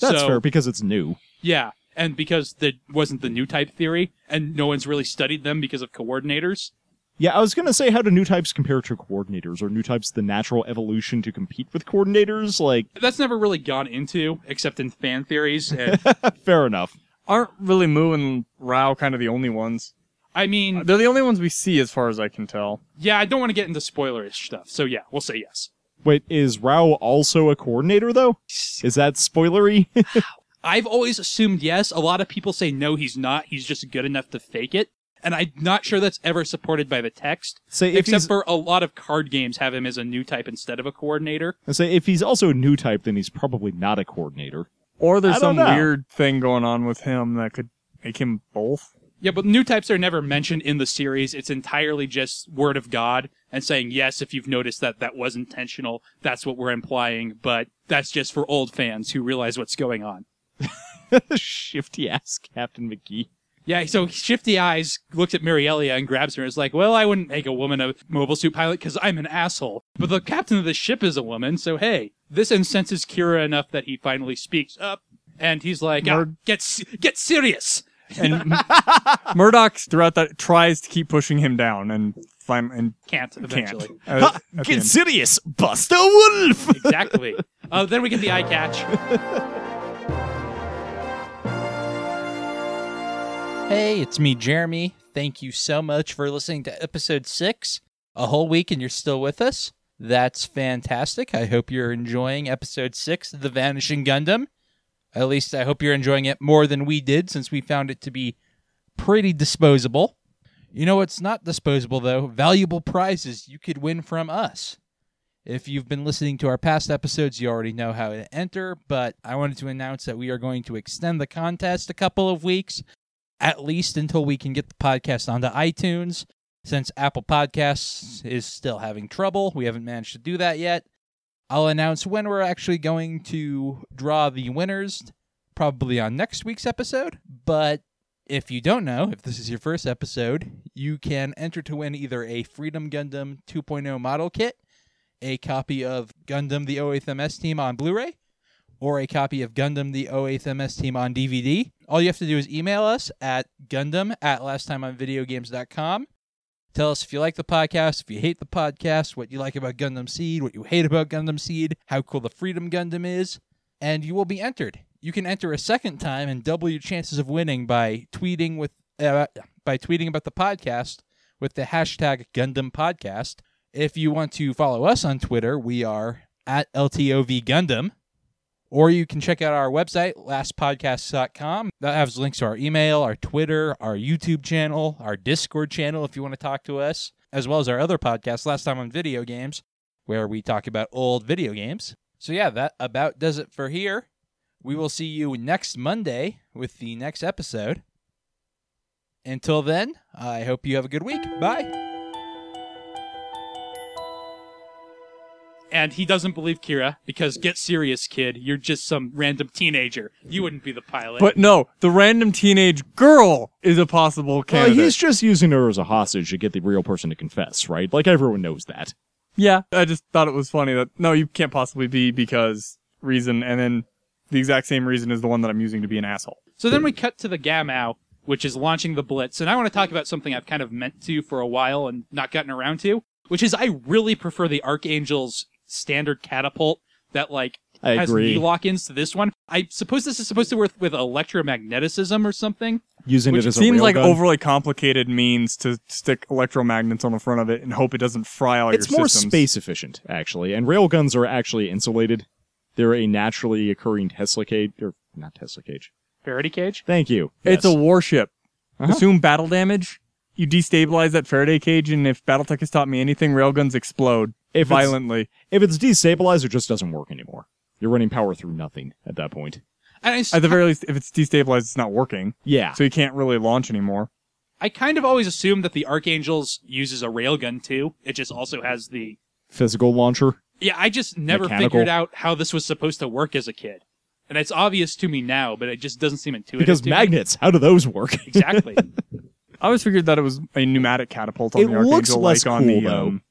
D: That's
C: so,
D: fair because it's new.
C: Yeah. And because there wasn't the new type theory, and no one's really studied them because of coordinators.
D: Yeah, I was going to say how do new types compare to coordinators? Are new types the natural evolution to compete with coordinators? Like,
C: That's never really gone into, except in fan theories. And,
D: fair enough.
E: Aren't really Moo and Rao kind of the only ones?
C: I mean,
E: They're the only ones we see, as far as I can tell.
C: yeah, I don't want to get into spoilerish stuff. So yeah, we'll say yes.
D: Wait, is Rao also a coordinator, though? Is that spoilery?
C: I've always assumed yes. A lot of people say no, he's not. He's just good enough to fake it. And I'm not sure that's ever supported by the text.
D: Say if
C: except
D: he's-
C: for a lot of card games have him as a new type instead of a coordinator.
D: I say if he's also a new type, then he's probably not a coordinator.
E: Or
D: I
E: there's
D: don't
E: some
D: know.
E: weird thing going on with him that could make him both.
C: Yeah, but new types are never mentioned in the series. It's entirely just word of God and saying, yes, if you've noticed that that was intentional, that's what we're implying, but that's just for old fans who realize what's going on.
D: Shifty ass Captain McGee.
C: Yeah, so Shifty Eyes looks at Mirielia and grabs her and is like, well, I wouldn't make a woman a mobile suit pilot because I'm an asshole. But the captain of the ship is a woman, so hey, this incenses Kira enough that he finally speaks up and he's like, "Ah,
E: Murd-
C: get, se- get serious.
E: And Murdoch throughout that tries to keep pushing him down and find and
C: Can't
E: can't.
C: eventually.
E: Uh,
D: Ha,
E: at the
D: get
E: end.
D: serious, Buster Wolf.
C: Exactly. uh, then we get the eye catch.
F: Hey, it's me, Jeremy. Thank you so much for listening to episode six. A whole week and you're still with us. That's fantastic. I hope you're enjoying episode six of The Vanishing Gundam. At least I hope you're enjoying it more than we did since we found it to be pretty disposable. You know what's not disposable, though? Valuable prizes you could win from us. If you've been listening to our past episodes, you already know how to enter, but I wanted to announce that we are going to extend the contest a couple of weeks at least until we can get the podcast onto iTunes. Since Apple Podcasts is still having trouble, we haven't managed to do that yet. I'll announce when we're actually going to draw the winners, probably on next week's episode. But if you don't know, if this is your first episode, you can enter to win either a Freedom Gundam 2.0 model kit, a copy of Gundam the 08th MS team on Blu ray, or a copy of Gundam the 08th MS Team on DVD. All you have to do is email us at Gundam at lasttimeonvideogames.com. Tell us if you like the podcast, if you hate the podcast, what you like about Gundam Seed, what you hate about Gundam Seed, how cool the Freedom Gundam is, and you will be entered. You can enter a second time and double your chances of winning by tweeting with uh, by tweeting about the podcast with the hashtag Gundam Podcast. If you want to follow us on Twitter, we are at LTOV Gundam or you can check out our website lastpodcast.com that has links to our email our twitter our youtube channel our discord channel if you want to talk to us as well as our other podcast last time on video games where we talk about old video games so yeah that about does it for here we will see you next monday with the next episode until then i hope you have a good week bye
C: and he doesn't believe Kira because get serious, kid. You're just some random teenager. You wouldn't be the pilot.
E: But no, the random teenage girl is a possible
D: Well,
E: candidate.
D: he's just using her as a hostage to get the real person to confess, right? Like everyone knows that.
E: yeah, I just thought it was funny that no, you can't possibly be because reason, and then the exact same reason is the one that I'm using to be an asshole.
C: so then we cut to the Gamow, which is launching the Blitz, and I want to talk about something I've kind of meant to for a while and not gotten around to, which is I really prefer the Archangel's standard catapult that like
D: I
C: has
D: agree.
C: knee lock-ins to this one. I suppose this is supposed to work with electromagneticism or something.
D: Using
E: Which
D: it as
E: seems
D: a
E: like
D: railgun.
E: overly complicated means to stick electromagnets on the front of it and hope it doesn't fry all
D: It's
E: your
D: more
E: systems.
D: space efficient, actually, and railguns are actually insulated. They're a naturally occurring Tesla cage, or not Tesla cage.
C: Faraday cage.
D: Thank you.
E: It's a warship.
D: Uh-huh.
E: Assume battle damage. You destabilize that Faraday cage, and if BattleTech has taught me anything, railguns explode
D: If it's-
E: violently.
D: if it's destabilized, it just doesn't work anymore. You're running power through nothing at that point.
C: And I, s-
E: At the very least, if it's destabilized, it's not working,
D: Yeah,
E: so you can't really launch anymore.
C: I kind of always assumed that the Archangel's uses a railgun too. It just also has the
D: physical launcher.
C: Yeah, I just never
D: Mechanical.
C: figured out how this was supposed to work as a kid. And it's obvious to me now, but it just doesn't seem intuitive.
D: Because
C: to me.
D: magnets, how do those work?
C: Exactly.
E: I always figured that it was a pneumatic catapult on
D: It
E: the Archangel,
D: looks less
E: like on
D: cool,
E: the
D: though.
E: um,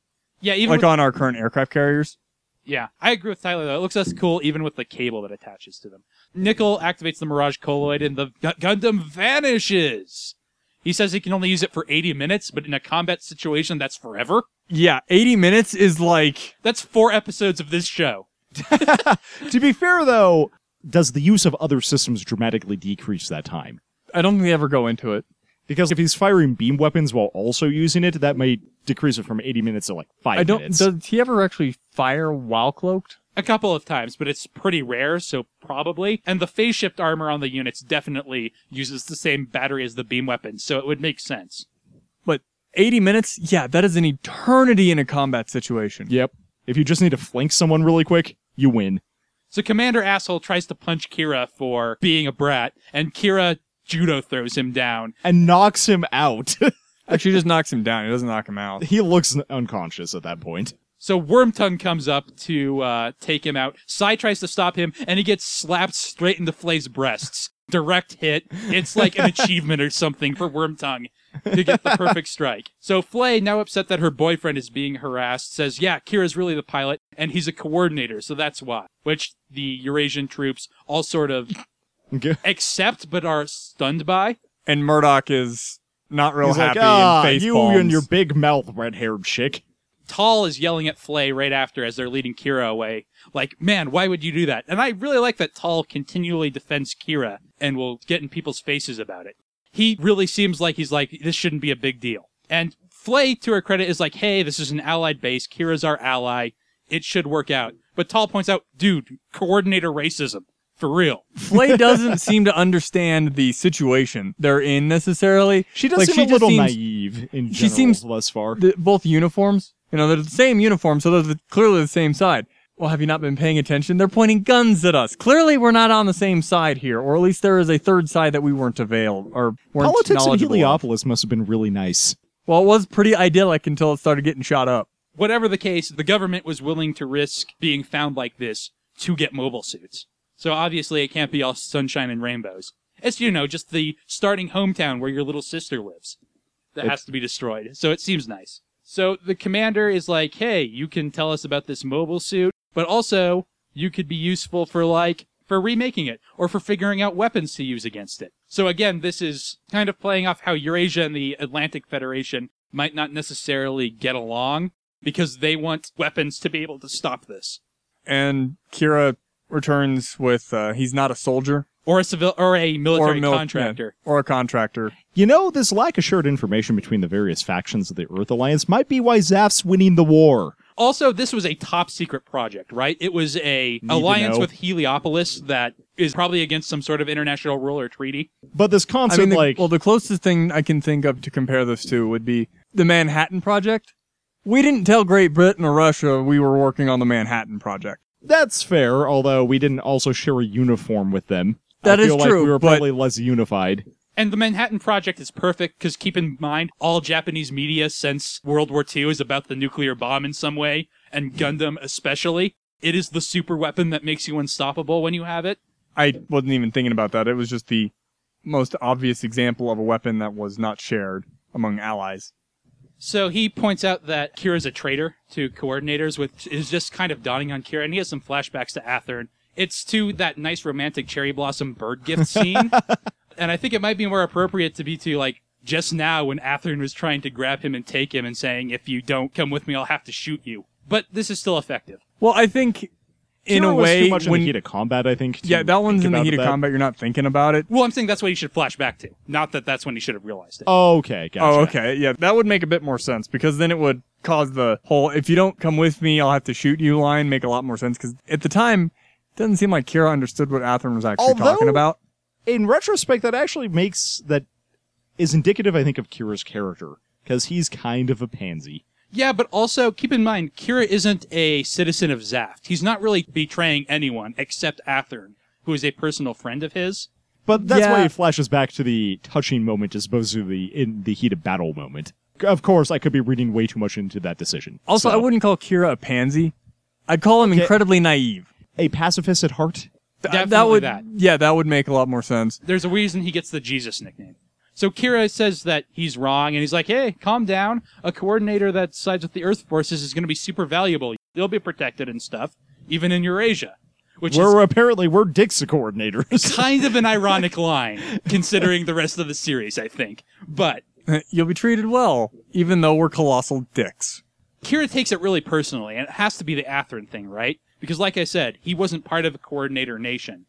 C: Yeah, even
E: like
C: with-
E: on our current aircraft carriers.
C: yeah, I agree with Tyler though. It looks less cool even with the cable that attaches to them. Nickel activates the Mirage Colloid, and the Gu- Gundam vanishes. He says he can only use it for 80 minutes, but in a combat situation, that's forever.
E: Yeah, 80 minutes is like
C: That's four episodes of this show.
D: to be fair, though, does the use of other systems dramatically decrease that time?
E: I don't think they ever go into it.
D: Because if he's firing beam weapons while also using it, that might decrease it from 80 minutes to like five
E: I don't.
D: minutes.
E: Does he ever actually fire while cloaked?
C: A couple of times, but it's pretty rare, so probably. And the phase shift armor on the units definitely uses the same battery as the beam weapons, so it would make sense.
E: But 80 minutes, yeah, that is an eternity in a combat situation.
D: Yep. If you just need to flank someone really quick, you win.
C: So Commander Asshole tries to punch Kira for being a brat, and Kira judo throws him down.
D: and knocks him out.
E: Actually, he just knocks him down. He doesn't knock him out.
D: he looks n- unconscious at that point.
C: So Wormtongue comes up to uh, take him out. Sai tries to stop him, and he gets slapped straight into Flay's breasts. Direct hit. It's like an achievement or something for Wormtongue to get the perfect strike. So Flay, now upset that her boyfriend is being harassed, says, Yeah, Kira's really the pilot, and he's a coordinator, so that's why. Which the Eurasian troops all sort of
D: Okay.
C: accept but are stunned by.
E: And Murdoch is not real
D: He's like,
E: happy
D: ah,
E: and face
D: you
E: palms.
D: and your big mouth, red-haired chick.
C: Tall is yelling at Flay right after as they're leading Kira away. Like, man, why would you do that? And I really like that Tall continually defends Kira and will get in people's faces about it. He really seems like he's like, this shouldn't be a big deal. And Flay, to her credit, is like, hey, this is an allied base. Kira's our ally. It should work out. But Tall points out, dude, coordinator racism. For real.
E: Flay doesn't seem to understand the situation they're in necessarily.
D: She does
E: like,
D: seem
E: she
D: a
E: just
D: little
E: seems-
D: naive in
E: she
D: general
E: seems-
D: thus far.
E: the, both uniforms. You know, they're the same uniform, so they're the, clearly the same side. Well, have you not been paying attention? They're pointing guns at us. Clearly, we're not on the same side here, or at least there is a third side that we weren't availed or weren't
D: Politics in
E: knowledgeable of.
D: Heliopolis must have been really nice.
E: Well, it was pretty idyllic until it started getting shot up.
C: whatever the case, the government was willing to risk being found like this to get mobile suits. So obviously, it can't be all sunshine and rainbows. It's, you know, just the starting hometown where your little sister lives that has to be destroyed. So it seems nice. So the commander is like, hey, you can tell us about this mobile suit, but also you could be useful for like, for remaking it or for figuring out weapons to use against it. So again, this is kind of playing off how Eurasia and the Atlantic Federation might not necessarily get along because they want weapons to be able to stop this.
E: And Kira returns with uh, he's not a soldier
C: Or a civil or a military
E: or a mil-
C: contractor.
E: yeah, or a contractor.
D: You know, this lack of shared information between the various factions of the Earth Alliance might be why Zaf's winning the war.
C: Also, this was a top secret project, right? It was a
D: to
C: alliance
D: know.
C: with Heliopolis that is probably against some sort of international rule or treaty.
D: But this
E: I
D: concept,
E: mean, the-
D: like,
E: well, the closest thing I can think of to compare this to would be the Manhattan Project. We didn't tell Great Britain or Russia we were working on the Manhattan Project.
D: that's fair, although we didn't also share a uniform with them.
E: That
D: That
E: is
D: is like
E: true,
D: we were
E: but-
D: probably less unified.
C: And the Manhattan Project is perfect because keep in mind, all Japanese media since World War II is about the nuclear bomb in some way, and Gundam especially. It is the super weapon that makes you unstoppable when you have it.
E: I wasn't even thinking about that. It was just the most obvious example of a weapon that was not shared among allies.
C: So he points out that Kira's a traitor to coordinators, which is just kind of dawning on Kira, and he has some flashbacks to Athern. It's to that nice romantic cherry blossom bird gift scene. and I think it might be more appropriate to be to like just now when Athern was trying to grab him and take him and saying, if you don't come with me, I'll have to shoot you. But this is still effective.
E: Well, I think in
D: Kira
E: a
D: was
E: way,
D: too much
E: when
D: in the heat of combat, I think. to
E: yeah, that one's
D: think
E: in the
D: about
E: heat of
D: that.
E: combat. You're not thinking about it.
C: Well, I'm saying that's what he should flash back to, not that that's when he should have realized it.
D: Okay, gotcha.
E: Oh, okay. Yeah, that would make a bit more sense because then it would cause the whole "if you don't come with me, I'll have to shoot you" line make a lot more sense because at the time, it doesn't seem like Kira understood what Atherin was actually
D: Although-
E: talking about.
D: In retrospect, that actually makes that is indicative, I think, of Kira's character because he's kind of a pansy.
C: Yeah, but also keep in mind, Kira isn't a citizen of Zaft. He's not really betraying anyone except Athern, who is a personal friend of his.
D: But that's why
E: Yeah.
D: it flashes back to the touching moment as opposed to the in the heat of battle moment. Of course, I could be reading way too much into that decision.
E: Also, I
D: So,
E: wouldn't call Kira a pansy. I'd call him incredibly naive.
D: a pacifist at heart.
E: Th- that
C: Definitely
E: would
C: that.
E: yeah, that would make a lot more sense.
C: There's a reason he gets the Jesus nickname. So Kira says that he's wrong, and he's like, hey, calm down. A coordinator that sides with the Earth forces is going to be super valuable. They'll be protected and stuff, even in Eurasia, which is
D: We're apparently we're Dixa coordinators.
C: kind of an ironic line, considering the rest of the series, I think. But
E: You'll be treated well, even though we're colossal dicks.
C: Kira takes it really personally, and it has to be the Atherin thing, right? Because, like I said, he wasn't part of a coordinator nation.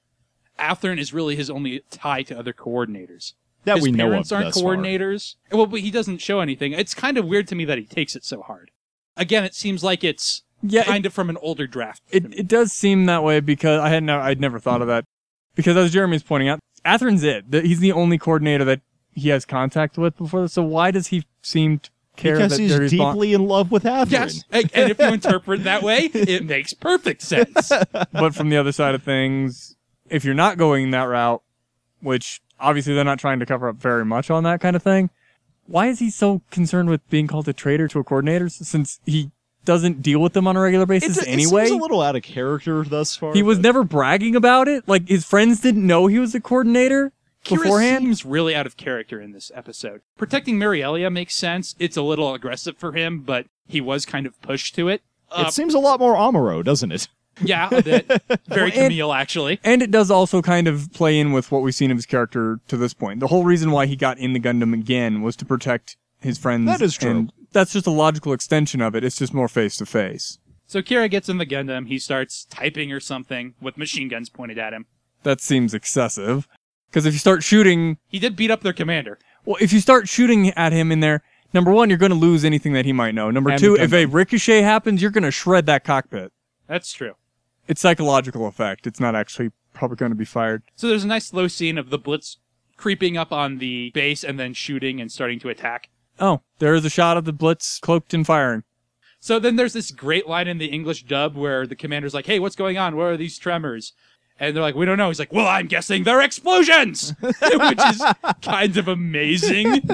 C: Atherin is really his only tie to other coordinators.
D: That
C: his
D: we know
C: parents
D: of
C: aren't
D: thus far.
C: coordinators. Well, but he doesn't show anything. It's kind of weird to me that he takes it so hard. Again, it seems like it's
E: Yeah, it-
C: kind of from an older draft.
E: It it does seem that way because I had no, I'd never thought of that. Because as Jeremy's pointing out, Atherin's it. The- He's the only coordinator that he has contact with before this. So why does he seem t- care
D: because
E: that
D: he's
E: they're respon-
D: deeply in love with Catherine.
C: Yes, and, and if you interpret it that way, it makes perfect sense.
E: but from the other side of things, if you're not going that route, which obviously they're not trying to cover up very much on that kind of thing, why is he so concerned with being called a traitor to a coordinator s- since he doesn't deal with them on a regular basis
D: It's-
E: anyway?
D: it seems a little out of character thus far.
E: he was
D: but-
E: never bragging about it. Like his friends didn't know he was a coordinator
C: Kira
E: beforehand.
C: seems really out of character in this episode. Protecting Mariella makes sense. It's a little aggressive for him, but he was kind of pushed to it. Uh,
D: It seems a lot more Amuro, doesn't it?
C: yeah, a bit. Very
E: Well, and-
C: Camille, actually.
E: and it does also kind of play in with what we've seen of his character to this point. The whole reason why he got in the Gundam again was to protect his friends.
D: That is true.
E: and that's just a logical extension of it. It's just more face to face.
C: So Kira gets in the Gundam. He starts typing or something with machine guns pointed at him.
E: That seems excessive. Because if you start shooting,
C: He did beat up their commander.
E: well, if you start shooting at him in there, number one, you're going to lose anything that he might know. Number
D: And
E: two,
D: the
E: if a ricochet happens, you're going to shred that cockpit.
C: That's true.
E: It's psychological effect. It's not actually probably going to be fired.
C: So there's a nice slow scene of the Blitz creeping up on the base and then shooting and starting to attack.
E: Oh, there is a shot of the Blitz cloaked and firing.
C: So then there's this great line in the English dub where the commander's like, "Hey, what's going on? Where are these tremors?" And they're like, "We don't know." He's like, "Well, I'm guessing they're explosions," which is kind of amazing.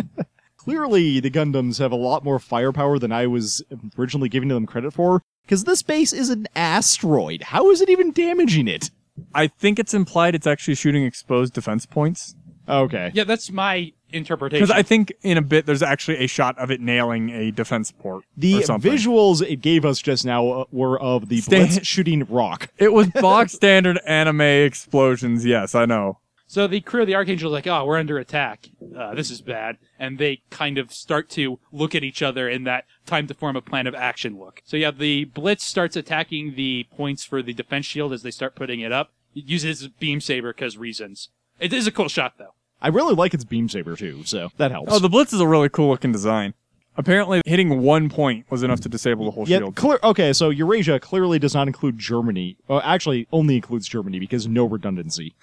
D: Clearly, the Gundams have a lot more firepower than I was originally giving them credit for, because this base is an asteroid. How is it even damaging it?
E: I think it's implied it's actually shooting exposed defense points.
D: Okay.
C: yeah, that's my interpretation.
E: Because I think in a bit there's actually a shot of it nailing a defense port. or
D: The
E: something.
D: visuals it gave us just now uh, were of the
E: Stan-
D: Blitz shooting rock.
E: It was box standard anime explosions. Yes, I know.
C: so the crew of the Archangel is like, "Oh, we're under attack. Uh, this is bad," and they kind of start to look at each other in that time to form a plan of action look. So yeah, the Blitz starts attacking the points for the defense shield as they start putting it up. It uses beam saber because reasons. It is a cool shot though.
D: I really like its beam saber too, so that helps.
E: Oh, the Blitz is a really cool looking design. Apparently, hitting one point was enough to disable the whole
D: yeah,
E: shield.
D: clear. Okay, so Eurasia clearly does not include Germany. Well, actually, only includes Germany because no redundancy.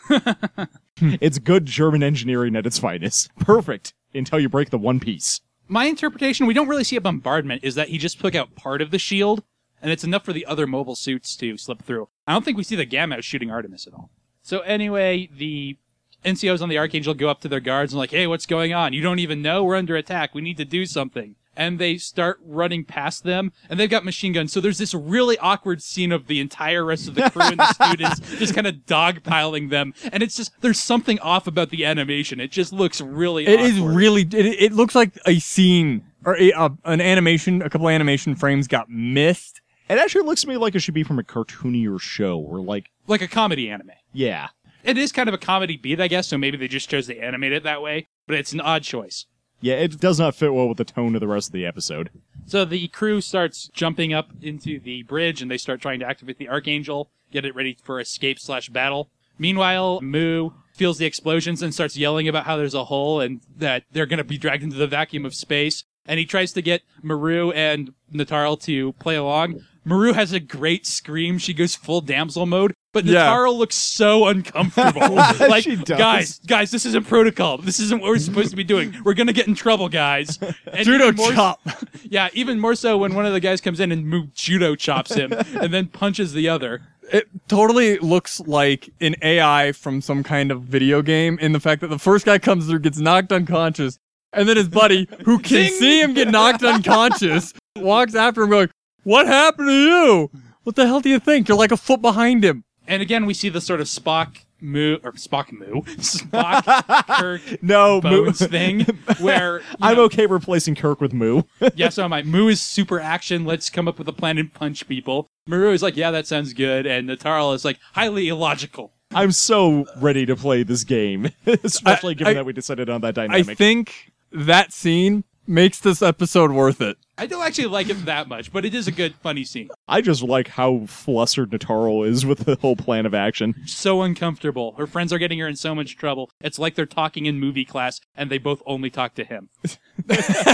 D: it's good German engineering at its finest. Perfect until you break the one piece.
C: my interpretation, we don't really see a bombardment, is that he just took out part of the shield, and it's enough for the other mobile suits to slip through. I don't think we see the Gamma shooting Artemis at all. So anyway, the NCOs on the Archangel go up to their guards and like, hey, what's going on? You don't even know? We're under attack. We need to do something. And they start running past them, and they've got machine guns. So there's this really awkward scene of the entire rest of the crew and the students just kind of dogpiling them. And it's just, there's something off about the animation. It just looks really
E: It is
C: awkward.
E: really. It, it looks like a scene or a, uh, an animation. A couple animation frames got missed.
D: It actually looks to me like it should be from a cartoonier show or like,
C: like a comedy anime.
D: yeah.
C: It is kind of a comedy beat, I guess, so maybe they just chose to animate it that way, but it's an odd choice.
D: Yeah, it does not fit well with the tone of the rest of the episode.
C: So the crew starts jumping up into the bridge and they start trying to activate the Archangel, get it ready for escape slash battle. Meanwhile, Moo feels the explosions and starts yelling about how there's a hole and that they're going to be dragged into the vacuum of space. And he tries to get Maru and Natarl to play along. Maru has a great scream. She goes full damsel mode, but
E: Yeah.
C: Natarl looks so uncomfortable. like,
D: She does.
C: guys, guys, this isn't protocol. This isn't what we're supposed to be doing. We're going to get in trouble, guys. And
E: Judo
C: even more-
E: chop.
C: yeah, even more so when one of the guys comes in and move judo chops him and then punches the other.
E: It totally looks like an AI from some kind of video game in the fact that the first guy comes through, gets knocked unconscious, and then his buddy, who can
C: Zing!
E: see him get knocked unconscious, walks after him going, What happened to you? What the hell do you think? You're like a foot behind him.
C: And again, we see the sort of Spock moo or Spock moo Spock Kirk
D: No, Moo-
C: bones thing where you
D: I'm
C: know,
D: okay replacing Kirk with Moo.
C: yeah, so am I. Moo is super action. Let's come up with a plan and punch people. Maru is like, yeah, that sounds good, and Natarl is like, highly illogical.
D: I'm so ready to play this game, especially
E: I-
D: given
E: I-
D: that we decided on that
E: I
D: dynamic.
E: think that scene makes this episode worth it.
C: I don't actually like it that much, but it is a good, funny scene.
D: I just like how flustered Nataro is with the whole plan of action.
C: So uncomfortable. Her friends are getting her in so much trouble. It's like they're talking in movie class, and they both only talk to him.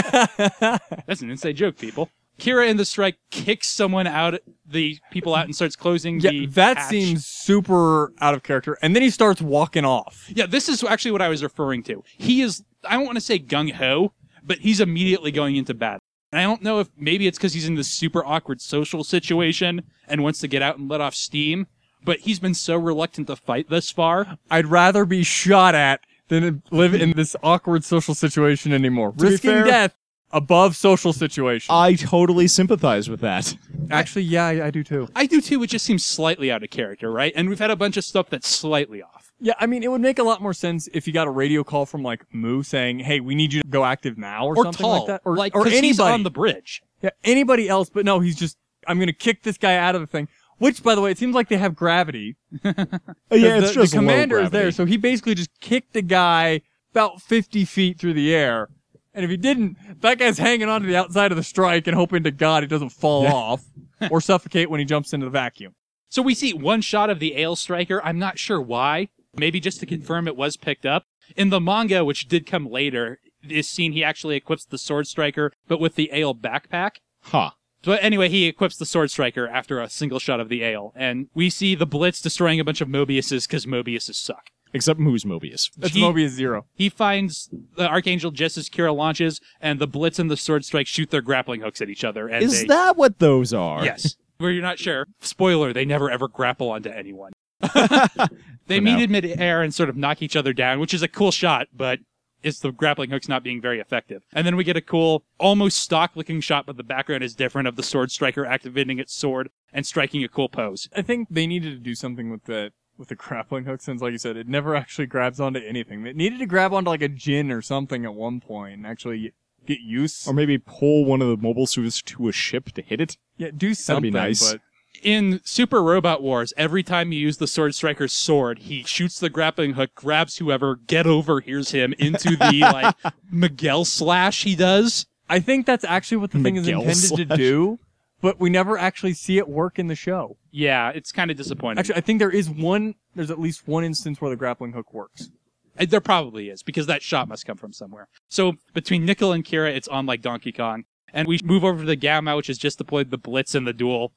C: That's an inside joke, people. Kira in the strike kicks someone out, the people out, and starts closing the.
E: Yeah, that
C: hatch.
E: seems super out of character. And then he starts walking off.
C: Yeah, this is actually what I was referring to. He is. I don't want to say gung ho, but he's immediately going into battle. And I don't know if maybe it's because he's in this super awkward social situation and wants to get out and let off steam, but he's been so reluctant to fight thus far.
E: I'd rather be shot at than live in this awkward social situation anymore.
D: be
E: Risking
D: fair-
E: death above social situation.
C: Uh,
D: I totally sympathize with that.
E: Actually, yeah, I, I do too.
C: I do too, it just seems slightly out of character, right? And we've had a bunch of stuff that's slightly off.
E: Yeah, I mean, it would make a lot more sense if you got a radio call from like Moo saying, "Hey, we need you to go active now," or,
C: Or,
E: something
C: tall.
E: like that, or
C: like,
E: or
C: 'cause
E: anybody
C: he's on the bridge.
E: Yeah, anybody else, but no, he's just. I'm gonna kick this guy out of the thing. Which, by the way, it seems like they have gravity.
D: Uh, Yeah,
E: 'Cause
D: it's
E: the,
D: just
E: the commander
D: low
E: is there,
D: gravity.
E: so he basically just kicked the guy about 50 feet through the air. And if he didn't, that guy's hanging on to the outside of the strike and hoping to God it doesn't fall off or suffocate when he jumps into the vacuum.
C: So we see one shot of the Ale Striker. I'm not sure why. Maybe just to confirm it was picked up. In the manga, which did come later, is seen he actually equips the Sword Striker, but with the Ale backpack.
D: Huh.
C: But anyway, he equips the Sword Striker after a single shot of the Ale, and we see the Blitz destroying a bunch of Mobiuses because Mobiuses suck.
D: Except Moose Mobius.
E: That's
C: He-
E: Mobius Zero.
C: He finds the Archangel just as Kira launches, and the Blitz and the Sword Strike shoot their grappling hooks at each other. And
D: Is
C: they,
D: that what those are?
C: Yes. Where you're not sure. Spoiler, they never ever grapple onto anyone. they
D: For
C: meet
D: now.
C: in midair and sort of knock each other down, which is a cool shot, but it's the grappling hook's not being very effective. And then we get a cool, almost stock looking shot, but the background is different of the sword striker activating its sword and striking a cool pose.
E: I think they needed to do something with the with the grappling hook since, like you said, it never actually grabs onto anything. It needed to grab onto like a gin or something at one point and actually get use.
D: Or maybe pull one of the mobile suits to a ship to hit it.
E: yeah, do something.
D: nice.
E: But
C: In Super Robot Wars, every time you use the sword striker's sword, he shoots the grappling hook, grabs whoever, get over, hears him into the like Miguel slash he does.
E: I think that's actually what the thing is
D: Miguel
E: intended to
D: slash-
E: do, but we never actually see it work in the show.
C: Yeah, it's kind of disappointing.
E: Actually, I think there is one. There's at least one instance where the grappling hook works.
C: Uh, There probably is because that shot must come from somewhere. So between Nickel and Kira, it's on like Donkey Kong, and we move over to the Gamma, which has just deployed the Blitz and the Duel.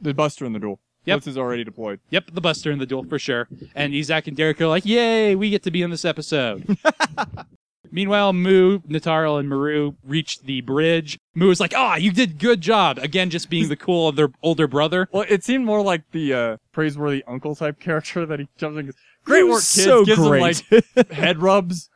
E: The Buster in the duel.
C: Yep.
E: Blitz is already deployed.
C: Yep, the Buster and the Duel for sure. And Isaac and Derek are like, "Yay, we get to be in this episode." Meanwhile, Moo, Nataro, and Maru reach the bridge. Moo is like, "Ah, you did good job." Again, just being the cool of their older brother.
E: Well, it seemed more like the uh, praiseworthy uncle type character that he jumps in. and goes, Great
D: You're
E: work, kids.
D: so
E: Gives
D: great.
E: them like head rubs.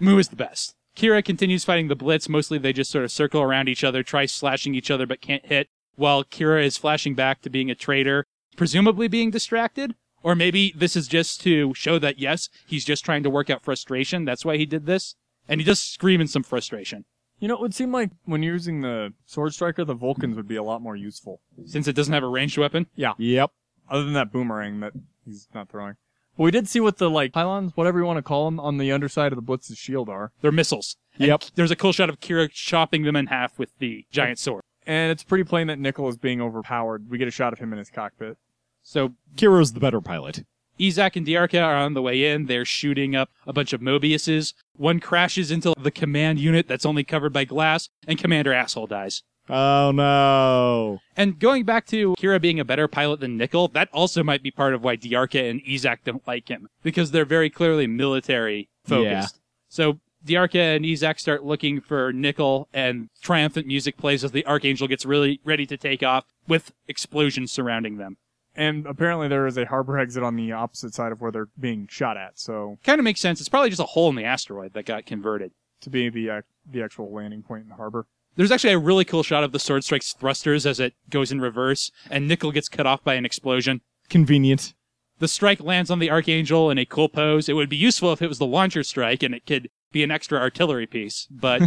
C: Moo is the best. Kira continues fighting the Blitz. Mostly they just sort of circle around each other, try slashing each other, but can't hit, while Kira is flashing back to being a traitor, presumably being distracted. Or maybe this is just to show that, yes, he's just trying to work out frustration. That's why he did this. And he does scream in some frustration,
E: You know, it would seem like when you're using the sword striker, the Vulcans would be a lot more useful.
C: since it doesn't have a ranged weapon.
D: Yep.
E: Other than that boomerang that he's not throwing. But we did see what the like pylons, whatever you want to call them, on the underside of the Blitz's shield are.
C: They're missiles. And
D: Yep.
C: There's a cool shot of Kira chopping them in half with the giant sword.
E: and it's pretty plain that Nickel is being overpowered. We get a shot of him in his cockpit.
C: So
D: Kiro's the better pilot.
C: Izak and Diarca are on the way in. They're shooting up a bunch of Mobiuses. One crashes into the command unit that's only covered by glass, and Commander Asshole dies.
D: Oh no.
C: And going back to Kira being a better pilot than Nickel, that also might be part of why Diarca and Izak don't like him, because they're very clearly military focused. So Diarca and Izak start looking for Nickel, and triumphant music plays as the Archangel gets really ready to take off with explosions surrounding them.
E: And apparently there is a harbor exit on the opposite side of where they're being shot at. So
C: Kind of makes sense. It's probably just a hole in the asteroid that got converted.
E: to be the ac the actual landing point in the harbor.
C: There's actually a really cool shot of the sword strike's thrusters as it goes in reverse, and Nickel gets cut off by an explosion.
D: Convenient.
C: The strike lands on the Archangel in a cool pose. It would be useful if it was the launcher strike and it could be an extra artillery piece, but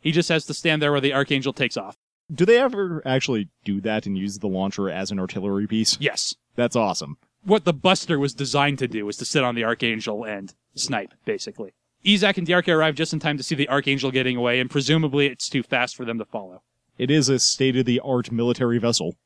C: he just has to stand there where the Archangel takes off.
D: Do they ever actually do that and use the launcher as an artillery piece?
C: Yes.
D: That's awesome.
C: What the Buster was designed to do was to sit on the Archangel and snipe, basically. Izak and Diarca arrive just in time to see the Archangel getting away, and presumably it's too fast for them to follow.
D: It is a state of the art military vessel.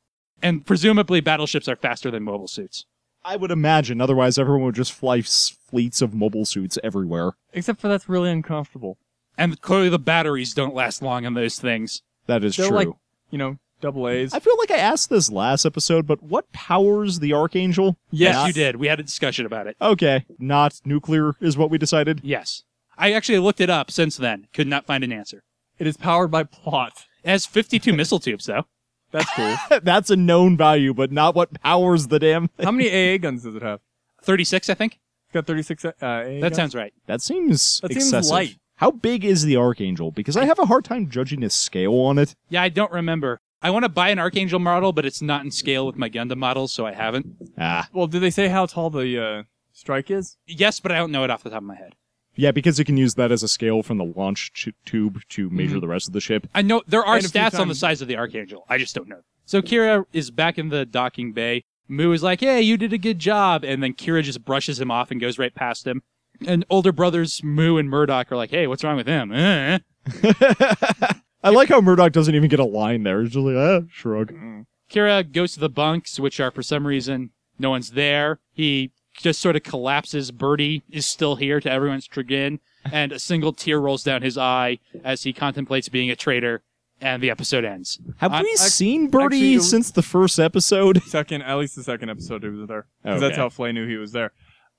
C: And presumably battleships are faster than mobile suits.
D: I would imagine, otherwise, everyone would just fly s- fleets of mobile suits everywhere.
E: Except for that's really uncomfortable.
C: and clearly the batteries don't last long on those things.
D: That is
E: They're
D: true.
E: like you know double A's.
D: I feel like I asked this last episode, but what powers the Archangel?
C: Yes,
D: Not-
C: you did. We had a discussion about it.
D: Okay, not nuclear is what we decided.
C: Yes. I actually looked it up since then. Could not find an answer.
E: It is powered by plot.
C: It has 52 missile tubes, though. That's cool.
D: That's a known value, but not what powers the damn thing.
E: How many AA guns does it have?
C: 36, I think.
E: It's got 36 uh, AA
C: That
E: guns.
C: sounds right.
D: That seems
E: That seems
D: excessive.
E: light.
D: How big is the Archangel? Because I have a hard time judging a scale on it.
C: Yeah, I don't remember. I want to buy an Archangel model, but it's not in scale with my Gundam models, so I haven't.
D: Ah,
E: Well, did they say how tall the uh, strike is?
C: Yes, but I don't know it off the top of my head.
D: yeah, because you can use that as a scale from the launch ch- tube to measure the rest of the ship.
C: I know there are
E: And a few
C: stats on the
E: times-
C: size of the Archangel. I just don't know. So Kira is back in the docking bay. Moo is like, "Hey, you did a good job," and then Kira just brushes him off and goes right past him. And older brothers Moo and Murdoch are like, "Hey, what's wrong with him?" Eh.
D: I like how Murdoch doesn't even get a line there. It's just like, ah, shrug.
C: Kira goes to the bunks, which are for some reason no one's there. He just sort of collapses. Birdie is still here to everyone's chagrin, and a single tear rolls down his eye as he contemplates being a traitor. And the episode ends.
D: Have
C: I-
D: we
C: I-
D: seen Birdie
E: actually, it-
D: since the first episode?
E: Second, at least the second episode he was there. Because
D: Okay.
E: that's how Flay knew he was there.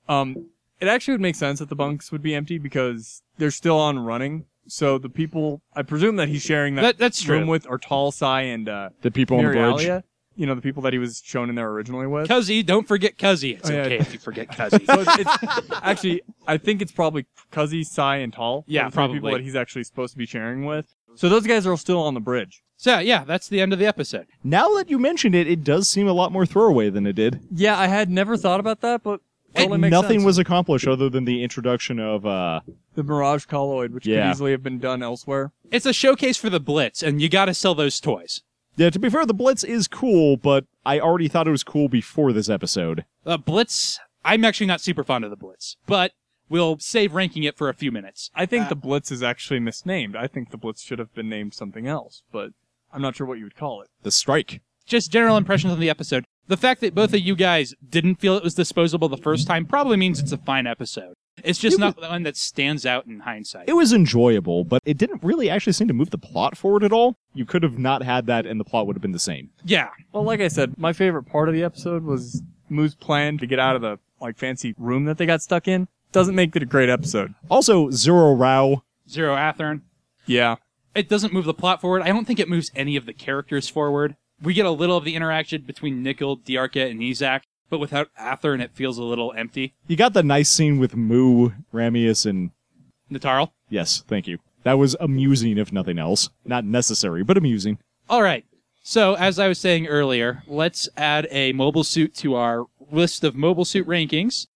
E: Um, it actually would make sense that the bunks would be empty because they're still on running. So the people, I presume that he's sharing that,
C: That- that's
E: room
C: true.
E: with are Tall Sai and uh,
D: The people on the bridge.
E: Miralia. You know, the people that he was shown in there originally with.
C: Cuzzy, don't forget Cuzzy. It's
E: Oh, yeah.
C: okay if you forget Cuzzy.
E: So it's, it's actually, I think it's probably Cuzzy, Sai, and Tall. are
C: Yeah,
E: the three people
C: probably.
E: that he's actually supposed to be sharing with. So those guys are still on the bridge.
C: So yeah, that's the end of the episode.
D: Now that you mention it, it does seem a lot more throwaway than it did.
E: Yeah, I had never thought about that, but totally makes
D: Nothing
E: sense.
D: was accomplished other than the introduction of uh
E: the Mirage Colloid, which
D: Yeah.
E: could easily have been done elsewhere.
C: It's a showcase for the Blitz, and you got to sell those toys.
D: Yeah, to be fair, the Blitz is cool, but I already thought it was cool before this episode.
C: Uh, Blitz, I'm actually not super fond of the Blitz, but we'll save ranking it for a few minutes.
E: I think the Blitz is actually misnamed. I think the Blitz should have been named something else, but I'm not sure what you would call it.
D: The strike.
C: Just general impressions on the episode. The fact that both of you guys didn't feel it was disposable the first time probably means it's a fine episode. It's just not the one that stands out in hindsight.
D: It was enjoyable, but it didn't really actually seem to move the plot forward at all. You could have not had that and the plot would have been the same.
C: yeah,
E: Well, like I said, my favorite part of the episode was Moo's plan to get out of the like fancy room that they got stuck in. Doesn't make it a great episode.
D: Also, Zero Row.
C: Zero Athern.
E: Yeah.
C: It doesn't move the plot forward. I don't think it moves any of the characters forward. We get a little of the interaction between Nickel, Diarca, and Izak, but without Athern, it feels a little empty.
D: You got the nice scene with Moo, Ramius, and
C: Natarl.
D: yes, thank you. That was amusing, if nothing else. Not necessary, but amusing.
C: All right. So, as I was saying earlier, let's add a mobile suit to our list of mobile suit rankings.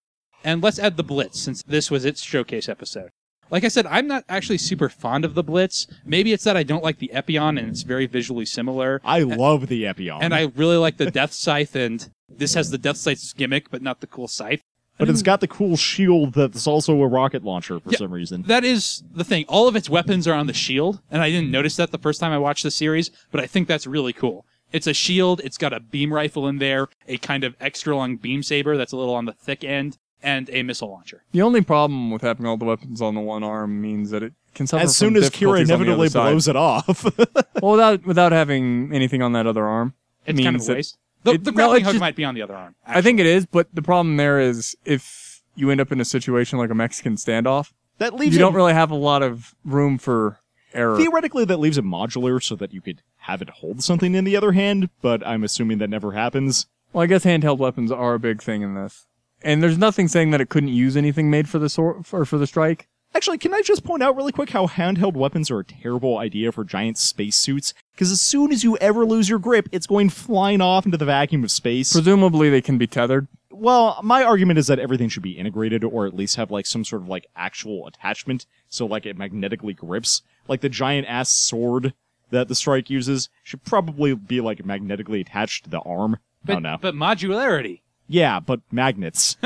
C: And let's add the Blitz, since this was its showcase episode. Like I said, I'm not actually super fond of the Blitz. Maybe it's that I don't like the Epion and it's very visually similar.
D: I love the Epion,
C: And I really like the Death Scythe, and this has the Death Scythe's gimmick, but not the cool scythe.
D: but it's got the cool shield that's also a rocket launcher for
C: Yeah,
D: some reason.
C: That is the thing. All of its weapons are on the shield, and I didn't notice that the first time I watched the series, but I think that's really cool. It's a shield, it's got a beam rifle in there, a kind of extra long beam saber that's a little on the thick end, and a missile launcher.
E: The only problem with having all the weapons on the one arm means that it can suffer
D: As
E: from
D: soon as Kira
E: difficulties on the
D: inevitably
E: other side.
D: blows it off.
E: well, without without having anything on that other arm,
C: It's
E: means
C: kind of a
E: that-
C: waste. The,
E: it-
C: the
E: no,
C: grappling
E: it's
C: hook
E: just-
C: might be on the other arm.
E: I think it is, but the problem there is if you end up in a situation like a Mexican standoff,
D: that leaves
E: you
D: it
E: don't really have a lot of room for error.
D: Theoretically, that leaves it modular so that you could have it hold something in the other hand, but I'm assuming that never happens.
E: Well, I guess handheld weapons are a big thing in this, and there's nothing saying that it couldn't use anything made for the sword or for the strike.
D: Actually, can I just point out really quick how handheld weapons are a terrible idea for giant spacesuits? Because as soon as you ever lose your grip, it's going flying off into the vacuum of space.
E: Presumably, they can be tethered.
D: well, my argument is that everything should be integrated or at least have like some sort of like actual attachment so like it magnetically grips. Like the giant ass sword that the strike uses should probably be like magnetically attached to the arm.
C: But,
D: I don't know.
C: but modularity.
D: yeah, but magnets.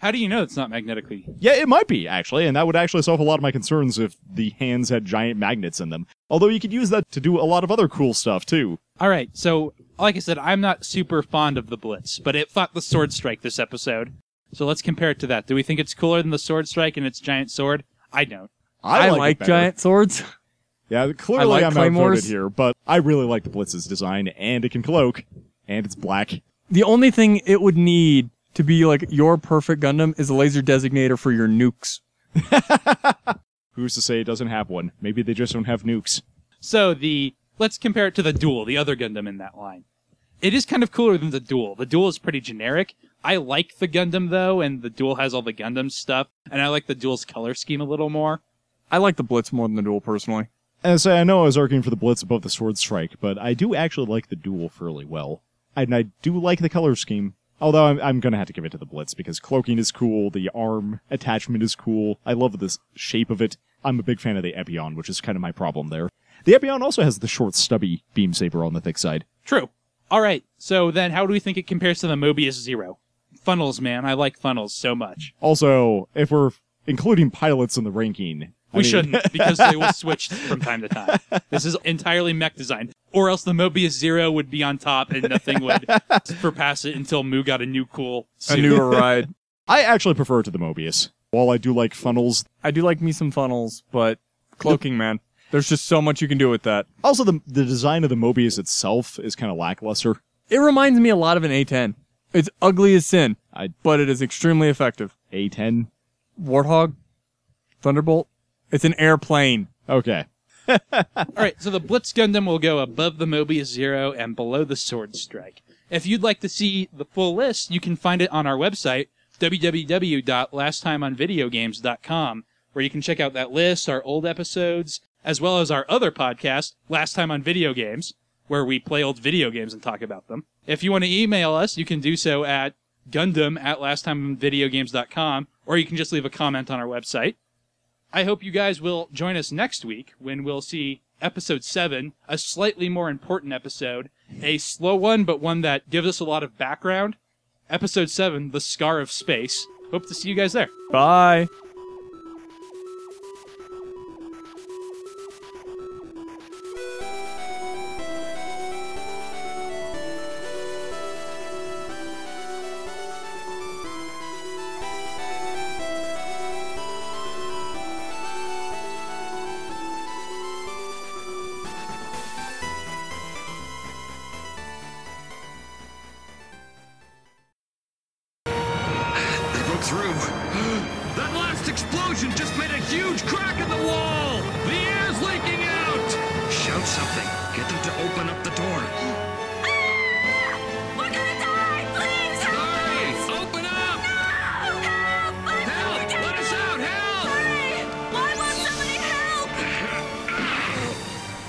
C: How do you know it's not magnetically?
D: Yeah, it might be, actually, and that would actually solve a lot of my concerns if the hands had giant magnets in them. Although you could use that to do a lot of other cool stuff, too.
C: All right, so like I said, I'm not super fond of the Blitz, but it fought the Sword Strike this episode. So let's compare it to that. Do we think it's cooler than the Sword Strike and its giant sword? I don't.
E: I,
D: it
E: like
D: better.
E: giant swords.
D: Yeah, clearly
E: I like
D: I'm
E: claymores.
D: outvoted here, but I really like the Blitz's design, and it can cloak, and it's black.
E: The only thing it would need to be like your perfect Gundam is a laser designator for your nukes.
D: Who's to say it doesn't have one? Maybe they just don't have nukes.
C: So the let's compare it to the duel, the other Gundam in that line. It is kind of cooler than the duel. The duel is pretty generic. I like the Gundam though, and the duel has all the Gundam stuff, and I like the duel's color scheme a little more.
E: I like the Blitz more than the Duel personally.
D: And so I know I was arguing for the blitz above the sword strike, but I do actually like the duel fairly well. And I do like the color scheme. Although I'm, I'm gonna have to give it to the blitz because cloaking is cool, the arm attachment is cool. I love this shape of it. I'm a big fan of the Epion, which is kind of my problem there. The Epion also has the short, stubby beam saber on the thick side.
C: True. All right. So then, how do we think it compares to the Mobius Zero? Funnels, man. I like funnels so much.
D: Also, if we're including pilots in the ranking, I
C: We
D: mean,
C: shouldn't because they will switch from time to time. This is entirely mech design, or else the Mobius Zero would be on top and nothing would surpass it until Moo got a new cool
E: A
C: suit.
E: newer ride.
D: I actually prefer it to the Mobius. While I do like funnels,
E: I do like me some funnels, but cloaking, man. There's just so much you can do with that.
D: also the the design of the Mobius itself is kind of lackluster.
E: It reminds me a lot of an A10. It's ugly as sin,
D: I-
E: but it is extremely effective.
D: A10.
E: Warthog, Thunderbolt. It's an airplane.
D: Okay.
C: All right, so the Blitz Gundam will go above the Mobius Zero and below the Sword Strike. If you'd like to see the full list, you can find it on our website, www.lasttimeonvideogames.com, where you can check out that list, our old episodes, as well as our other podcast, Last Time on Video Games, where we play old video games and talk about them. If you want to email us, you can do so at gundam at lasttimeonvideogames.com, or you can just leave a comment on our website. I hope you guys will join us next week when we'll see episode 7, a slightly more important episode, a slow one, but one that gives us a lot of background. Episode 7, The Scar of Space. Hope to see you guys there.
E: Bye.
B: They broke through. That last explosion just made a huge crack in the wall! The air's leaking out! Shout something. Get them to